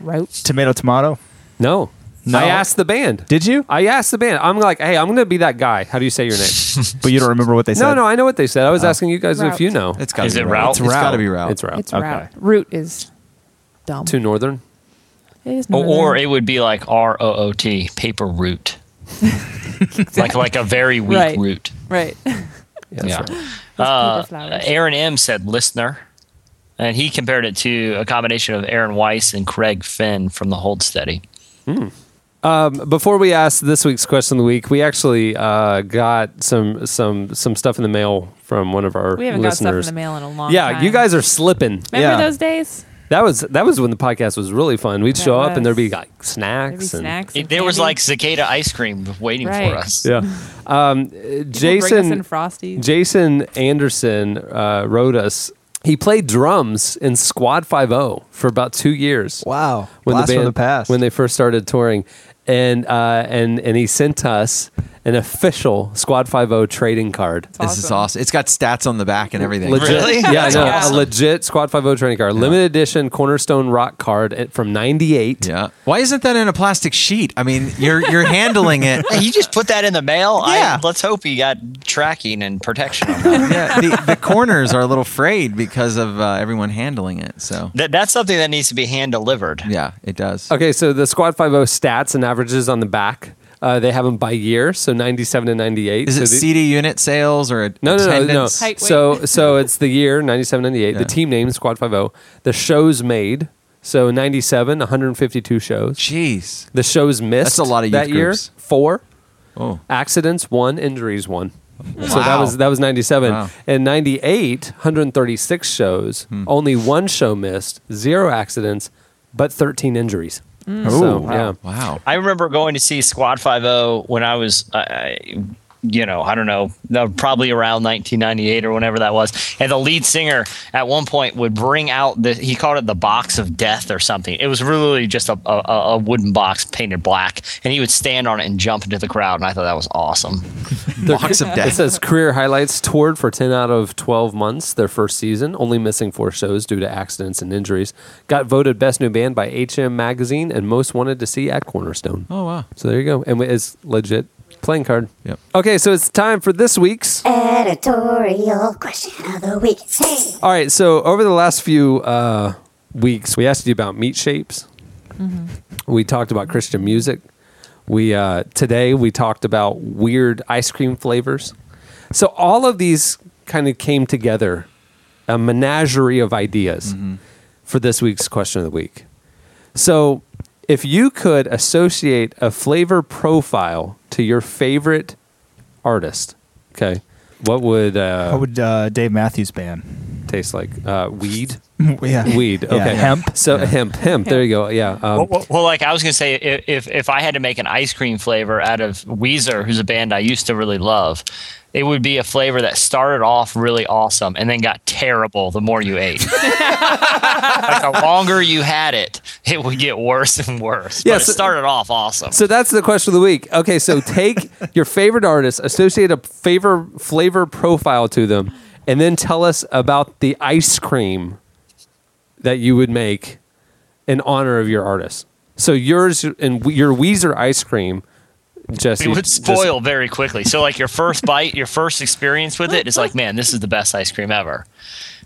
S8: Route.
S6: Tomato, tomato.
S1: No.
S6: No.
S1: I asked the band.
S6: Did you?
S1: I asked the band. I'm like, hey, I'm going to be that guy. How do you say your name?
S6: But you don't remember what they said?
S1: No, no, I know what they said. I was
S6: Oh.
S1: asking you guys if
S6: Route.
S1: you know.
S6: It's
S3: gotta Is be it Route. Route?
S1: It's
S3: It's
S1: Route.
S3: gotta be Route.
S1: It's Route.
S8: It's Route. Root is dumb.
S1: Too northern.
S8: is
S4: Or,
S8: more
S4: or it would be like R O O T, paper root. like like a very weak
S8: Right.
S4: root.
S8: Right.
S4: Yeah.
S8: paper
S4: Uh,
S8: flowers.
S4: Aaron M said listener, and he compared it to a combination of Aaron Weiss and Craig Finn from the Hold Steady.
S1: Um, before we ask this week's question of the week, we actually uh, got some some some stuff in the mail from one of our
S8: We haven't got stuff in
S1: listeners.
S8: the mail in a long
S1: yeah,
S8: time.
S1: you guys are slipping.
S8: Remember
S1: yeah.
S8: those days?
S1: That was that was when the podcast was really fun. We'd
S8: That
S1: show up and there'd be
S8: was.
S1: like snacks and
S4: It- there was like cicada ice cream waiting
S8: Right.
S4: for us.
S1: yeah. Um, Jason
S8: in Frosties.
S1: Jason Anderson uh, wrote us. He played drums in Squad Five O for about two years. Wow,
S6: Blast from the past.
S1: when they first started touring, and uh, and and he sent us an official Squad Five O trading card.
S3: This is awesome. It's got stats on the back and everything.
S1: Legit, Yeah, I
S3: That's
S1: know.
S3: awesome.
S1: A legit Squad 50 training card. Limited edition Cornerstone Rock card at- from 98.
S3: Yeah. Why isn't that in a plastic sheet? I mean, you're you're handling it.
S4: Hey, you just put that in the mail. I,
S3: Yeah.
S4: let's hope he got tracking and protection on that.
S3: yeah, the, the corners are a little frayed because of uh, everyone handling it. So
S4: that. That's something that needs to be hand delivered.
S3: yeah, it does.
S1: Okay, so the Squad 50 stats and averages on the back. Uh, they have them by year, so 97 to 98.
S3: Is it
S1: so the-
S3: CD unit sales or a,
S1: No, no, no, no.
S3: attendance?
S1: So, so it's the year 97, 98. The team name, Squad 50. The shows made. So 97, 152 shows.
S3: Jeez.
S1: The shows missed.
S3: That's a lot of youth
S1: That year,
S3: groups.
S1: four.
S3: Oh.
S1: Accidents, one. Injuries, one. So that
S3: Wow.
S1: was that was 97.
S3: Wow. Hmm.
S1: And 98, 136 shows. Only one show missed, zero accidents, but 13 injuries.
S4: Mm.
S1: So,
S4: Ooh, wow.
S1: Hmm. yeah.
S3: Hmm. Wow.
S4: I remember going to see Squad 50 when I was, I I- you know, I don't know, no, probably around 1998 or whenever that was. And the lead singer at one point would bring out the, he called it the box of death or something. It was really just a, a, a wooden box painted black. And he would stand on it and jump into the crowd. And I thought that was awesome.
S3: Box of death.
S1: It says career highlights toured for 10 out of 12 months their first season, only missing four shows due to accidents and injuries. Got voted best new band by HM Magazine and most wanted to see at Cornerstone.
S3: Oh, wow.
S1: So there you go. And it's legit playing card.
S3: Yep.
S1: Okay, so it's time for this week's
S14: Editorial question of the week. Hey.
S1: All right, so over the last few uh, weeks, we asked you about meat shapes. We talked about Christian music. We uh, today we talked about weird ice cream flavors. So all of these kind of came together, a menagerie of ideas for this week's question of the week. So if you could associate a flavor profile to your favorite artist, okay, what would uh,
S6: How would uh, Dave Matthews Band?
S1: taste like? Uh, weed.
S6: Yeah.
S1: Weed.
S6: Yeah.
S1: Okay.
S6: Hemp.
S1: So hemp. Hemp. There you go. Yeah. Um,
S4: well, well, well, like I was gonna say, i- if if I had to make an ice cream flavor out of Weezer, who's a band I used to really love, it would be a flavor that started off really awesome and then got terrible the more you ate. like the longer you had it, it would get worse and worse. But
S1: Yeah,
S4: it
S1: so-
S4: started off awesome.
S1: so that's the question of the week. Okay. So take your favorite artist, associate a favor flavor profile to them, and then tell us about the ice cream that you would make in honor of your artist. So yours and we- your Weezer ice cream, Jesse.
S4: it would
S1: just-
S4: spoil very quickly. So like your first bite, your first experience with it is like, man, this is the best ice cream ever.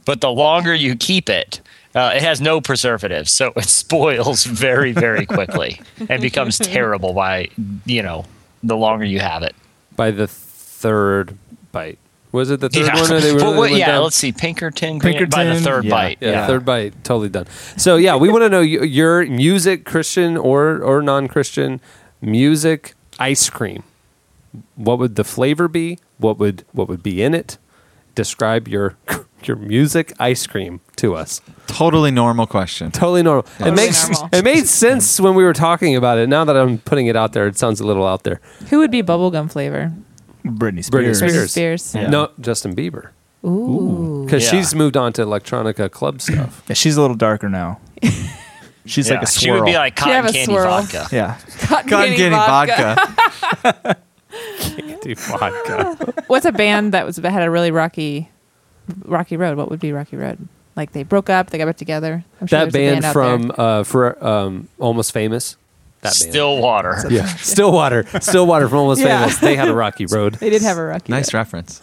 S4: But the longer you keep it, uh, it has no preservatives, so it spoils very very quickly and becomes terrible by you know the longer you have it.
S1: by the third bite. Was it the third
S4: Yeah.
S1: one? Or they
S4: But
S1: really
S4: what-
S1: went
S4: yeah,
S1: down?
S4: let's see, Pinkerton, Pinkerton by the third
S1: Yeah,
S4: bite.
S1: Yeah, third bite, totally done. So yeah, we want to know y- your music, Christian or or non Christian, music ice cream. What would the flavor be? What would what would be in it? Describe your your music ice cream to us.
S3: Totally normal question.
S1: Totally normal. it makes it made sense when we were talking about it. Now that I'm putting it out there, it sounds a little out there.
S8: Who would be bubblegum flavor?
S1: Britney
S8: Spears.
S1: Britney
S8: Britney
S1: Spears.
S8: Spears. Yeah.
S1: No, Justin Bieber.
S8: Ooh.
S1: Because she's moved on to electronica club stuff.
S6: Yeah, she's a little darker now. She's like
S1: Yeah,
S6: a swirl.
S1: she would be like She'd cotton have a candy swirl. vodka.
S6: Yeah.
S8: Cotton Cotton candy candy vodka.
S1: candy vodka.
S8: What's a band that was that had a really rocky, rocky road? What would be rocky road? Like they broke up, they got back together. I'm sure
S1: that
S8: there's a
S1: band
S8: out
S1: from uh, for um, Almost Famous. That band.
S4: Stillwater.
S1: Yeah, Stillwater. Stillwater from Almost
S8: Yeah.
S1: Famous. They had a rocky road.
S8: They did have a rocky
S3: Nice reference.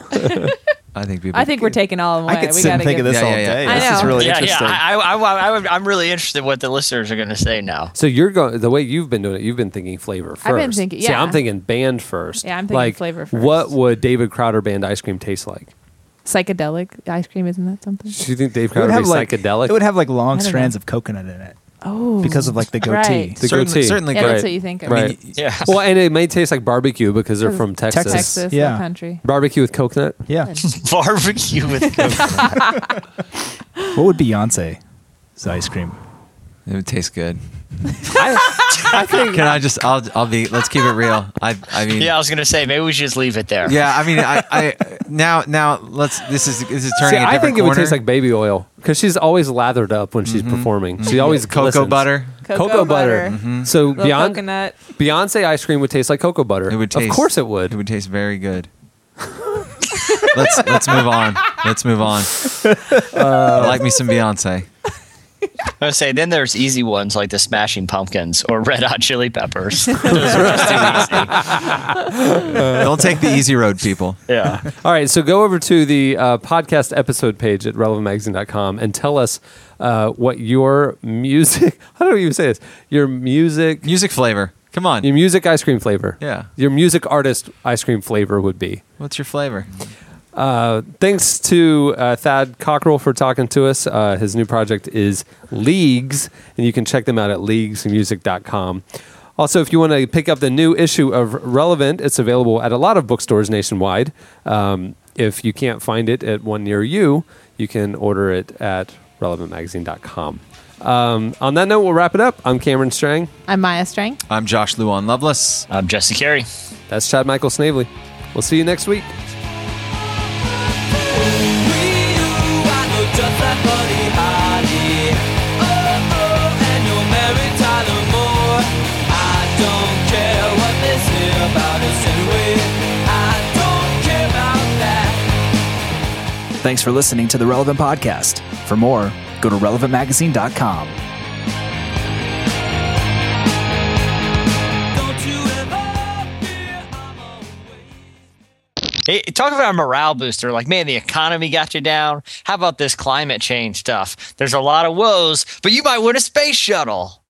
S3: I think people.
S8: I think we're taking all of them away.
S4: could
S8: we
S4: sit
S8: gotta
S4: and think
S8: give-
S4: of this Yeah, all
S1: yeah, day.
S8: I
S1: yeah. This
S8: know.
S1: is really
S4: yeah,
S1: interesting.
S4: Yeah, I, I, I, I, I'm really interested what the listeners are going to say now.
S1: So you're going the way you've been doing it. You've been thinking flavor first.
S8: I've been thinking-
S1: See, I'm
S8: yeah.
S1: thinking band first.
S8: Yeah, I'm thinking
S1: like,
S8: flavor
S1: What would David Crowder band ice cream taste like?
S8: psychedelic ice cream. Isn't that something?
S1: Do you think Dave Crowder would be psychedelic?
S6: It would have like long
S8: I don't
S6: strands of coconut in it.
S8: Oh,
S6: Because of, like, the
S8: Right.
S6: goatee.
S1: The
S6: Certainly-
S1: goatee,
S6: certainly
S8: Yeah, that's what you think of.
S1: Right.
S8: I mean,
S4: yeah.
S1: Well, and it may taste like barbecue because they're
S8: Because
S1: from Texas.
S8: Texas, Texas, the Yeah. country.
S1: Barbecue with coconut.
S6: Yeah.
S4: Barbecue with coconut.
S6: What would Beyonce's ice cream?
S3: It would taste good.
S1: I, think.
S3: Can I just? I'll. I'll be. Let's keep it real. I. I mean.
S4: yeah, I was going to say maybe we should just leave it there.
S3: Yeah, I mean, I, I now now let's this is this is
S1: See,
S3: turning. I
S1: I think it would taste like baby oil because she's always lathered up when she's performing. She always
S3: Mm-hmm. Cocoa
S1: glistens.
S3: butter. Mm-hmm.
S1: cocoa,
S8: Cocoa
S1: butter.
S8: butter. Mhm.
S1: So
S8: Little
S1: Beyonce,
S8: coconut.
S1: Beyonce ice cream would taste like cocoa butter. It would
S3: taste-
S1: of course it would. It
S3: would taste very good. let's let's move on. Let's move on.
S1: Uh,
S3: I like me some Beyonce.
S4: I was say then there's easy ones like the Smashing Pumpkins or Red Hot Chili Peppers. Those are just too easy.
S3: Don't take the easy road, people.
S4: Yeah.
S1: All right. So go over to the uh, podcast episode page at relevantmagazine.com and tell us uh, what your music. How do you even say this? Your music.
S3: Music flavor. Come on.
S1: Your music ice cream flavor.
S3: Yeah.
S1: Your music artist ice cream flavor would be.
S3: What's your flavor?
S1: Uh, thanks to uh, Thad Cockrell for talking to us. Uh, his new project is Leagues, and you can check them out at leaguesmusic.com. Also, if you want to pick up the new issue of Relevant, it's available at a lot of bookstores nationwide. Um, if you can't find it at one near you, you can order it at relevantmagazine.com. Um, on that note, we'll wrap it up. I'm Cameron Strang.
S8: I'm Maya Strang.
S3: I'm Josh Luan Loveless.
S4: I'm Jesse Carey.
S1: That's Chad Michael Snavely. We'll see you next week.
S7: I know just that funny hottie. Oh, oh, and you're married Tyler Moore. I don't care what they say about us anyway. I don't care about that.
S5: Thanks for listening to the Relevant Podcast. For more, go to relevantmagazine.com.
S4: Hey, talk about a morale booster. Like, man, the economy got you down. How about this climate change stuff? There's a lot of woes, but you might win a space shuttle.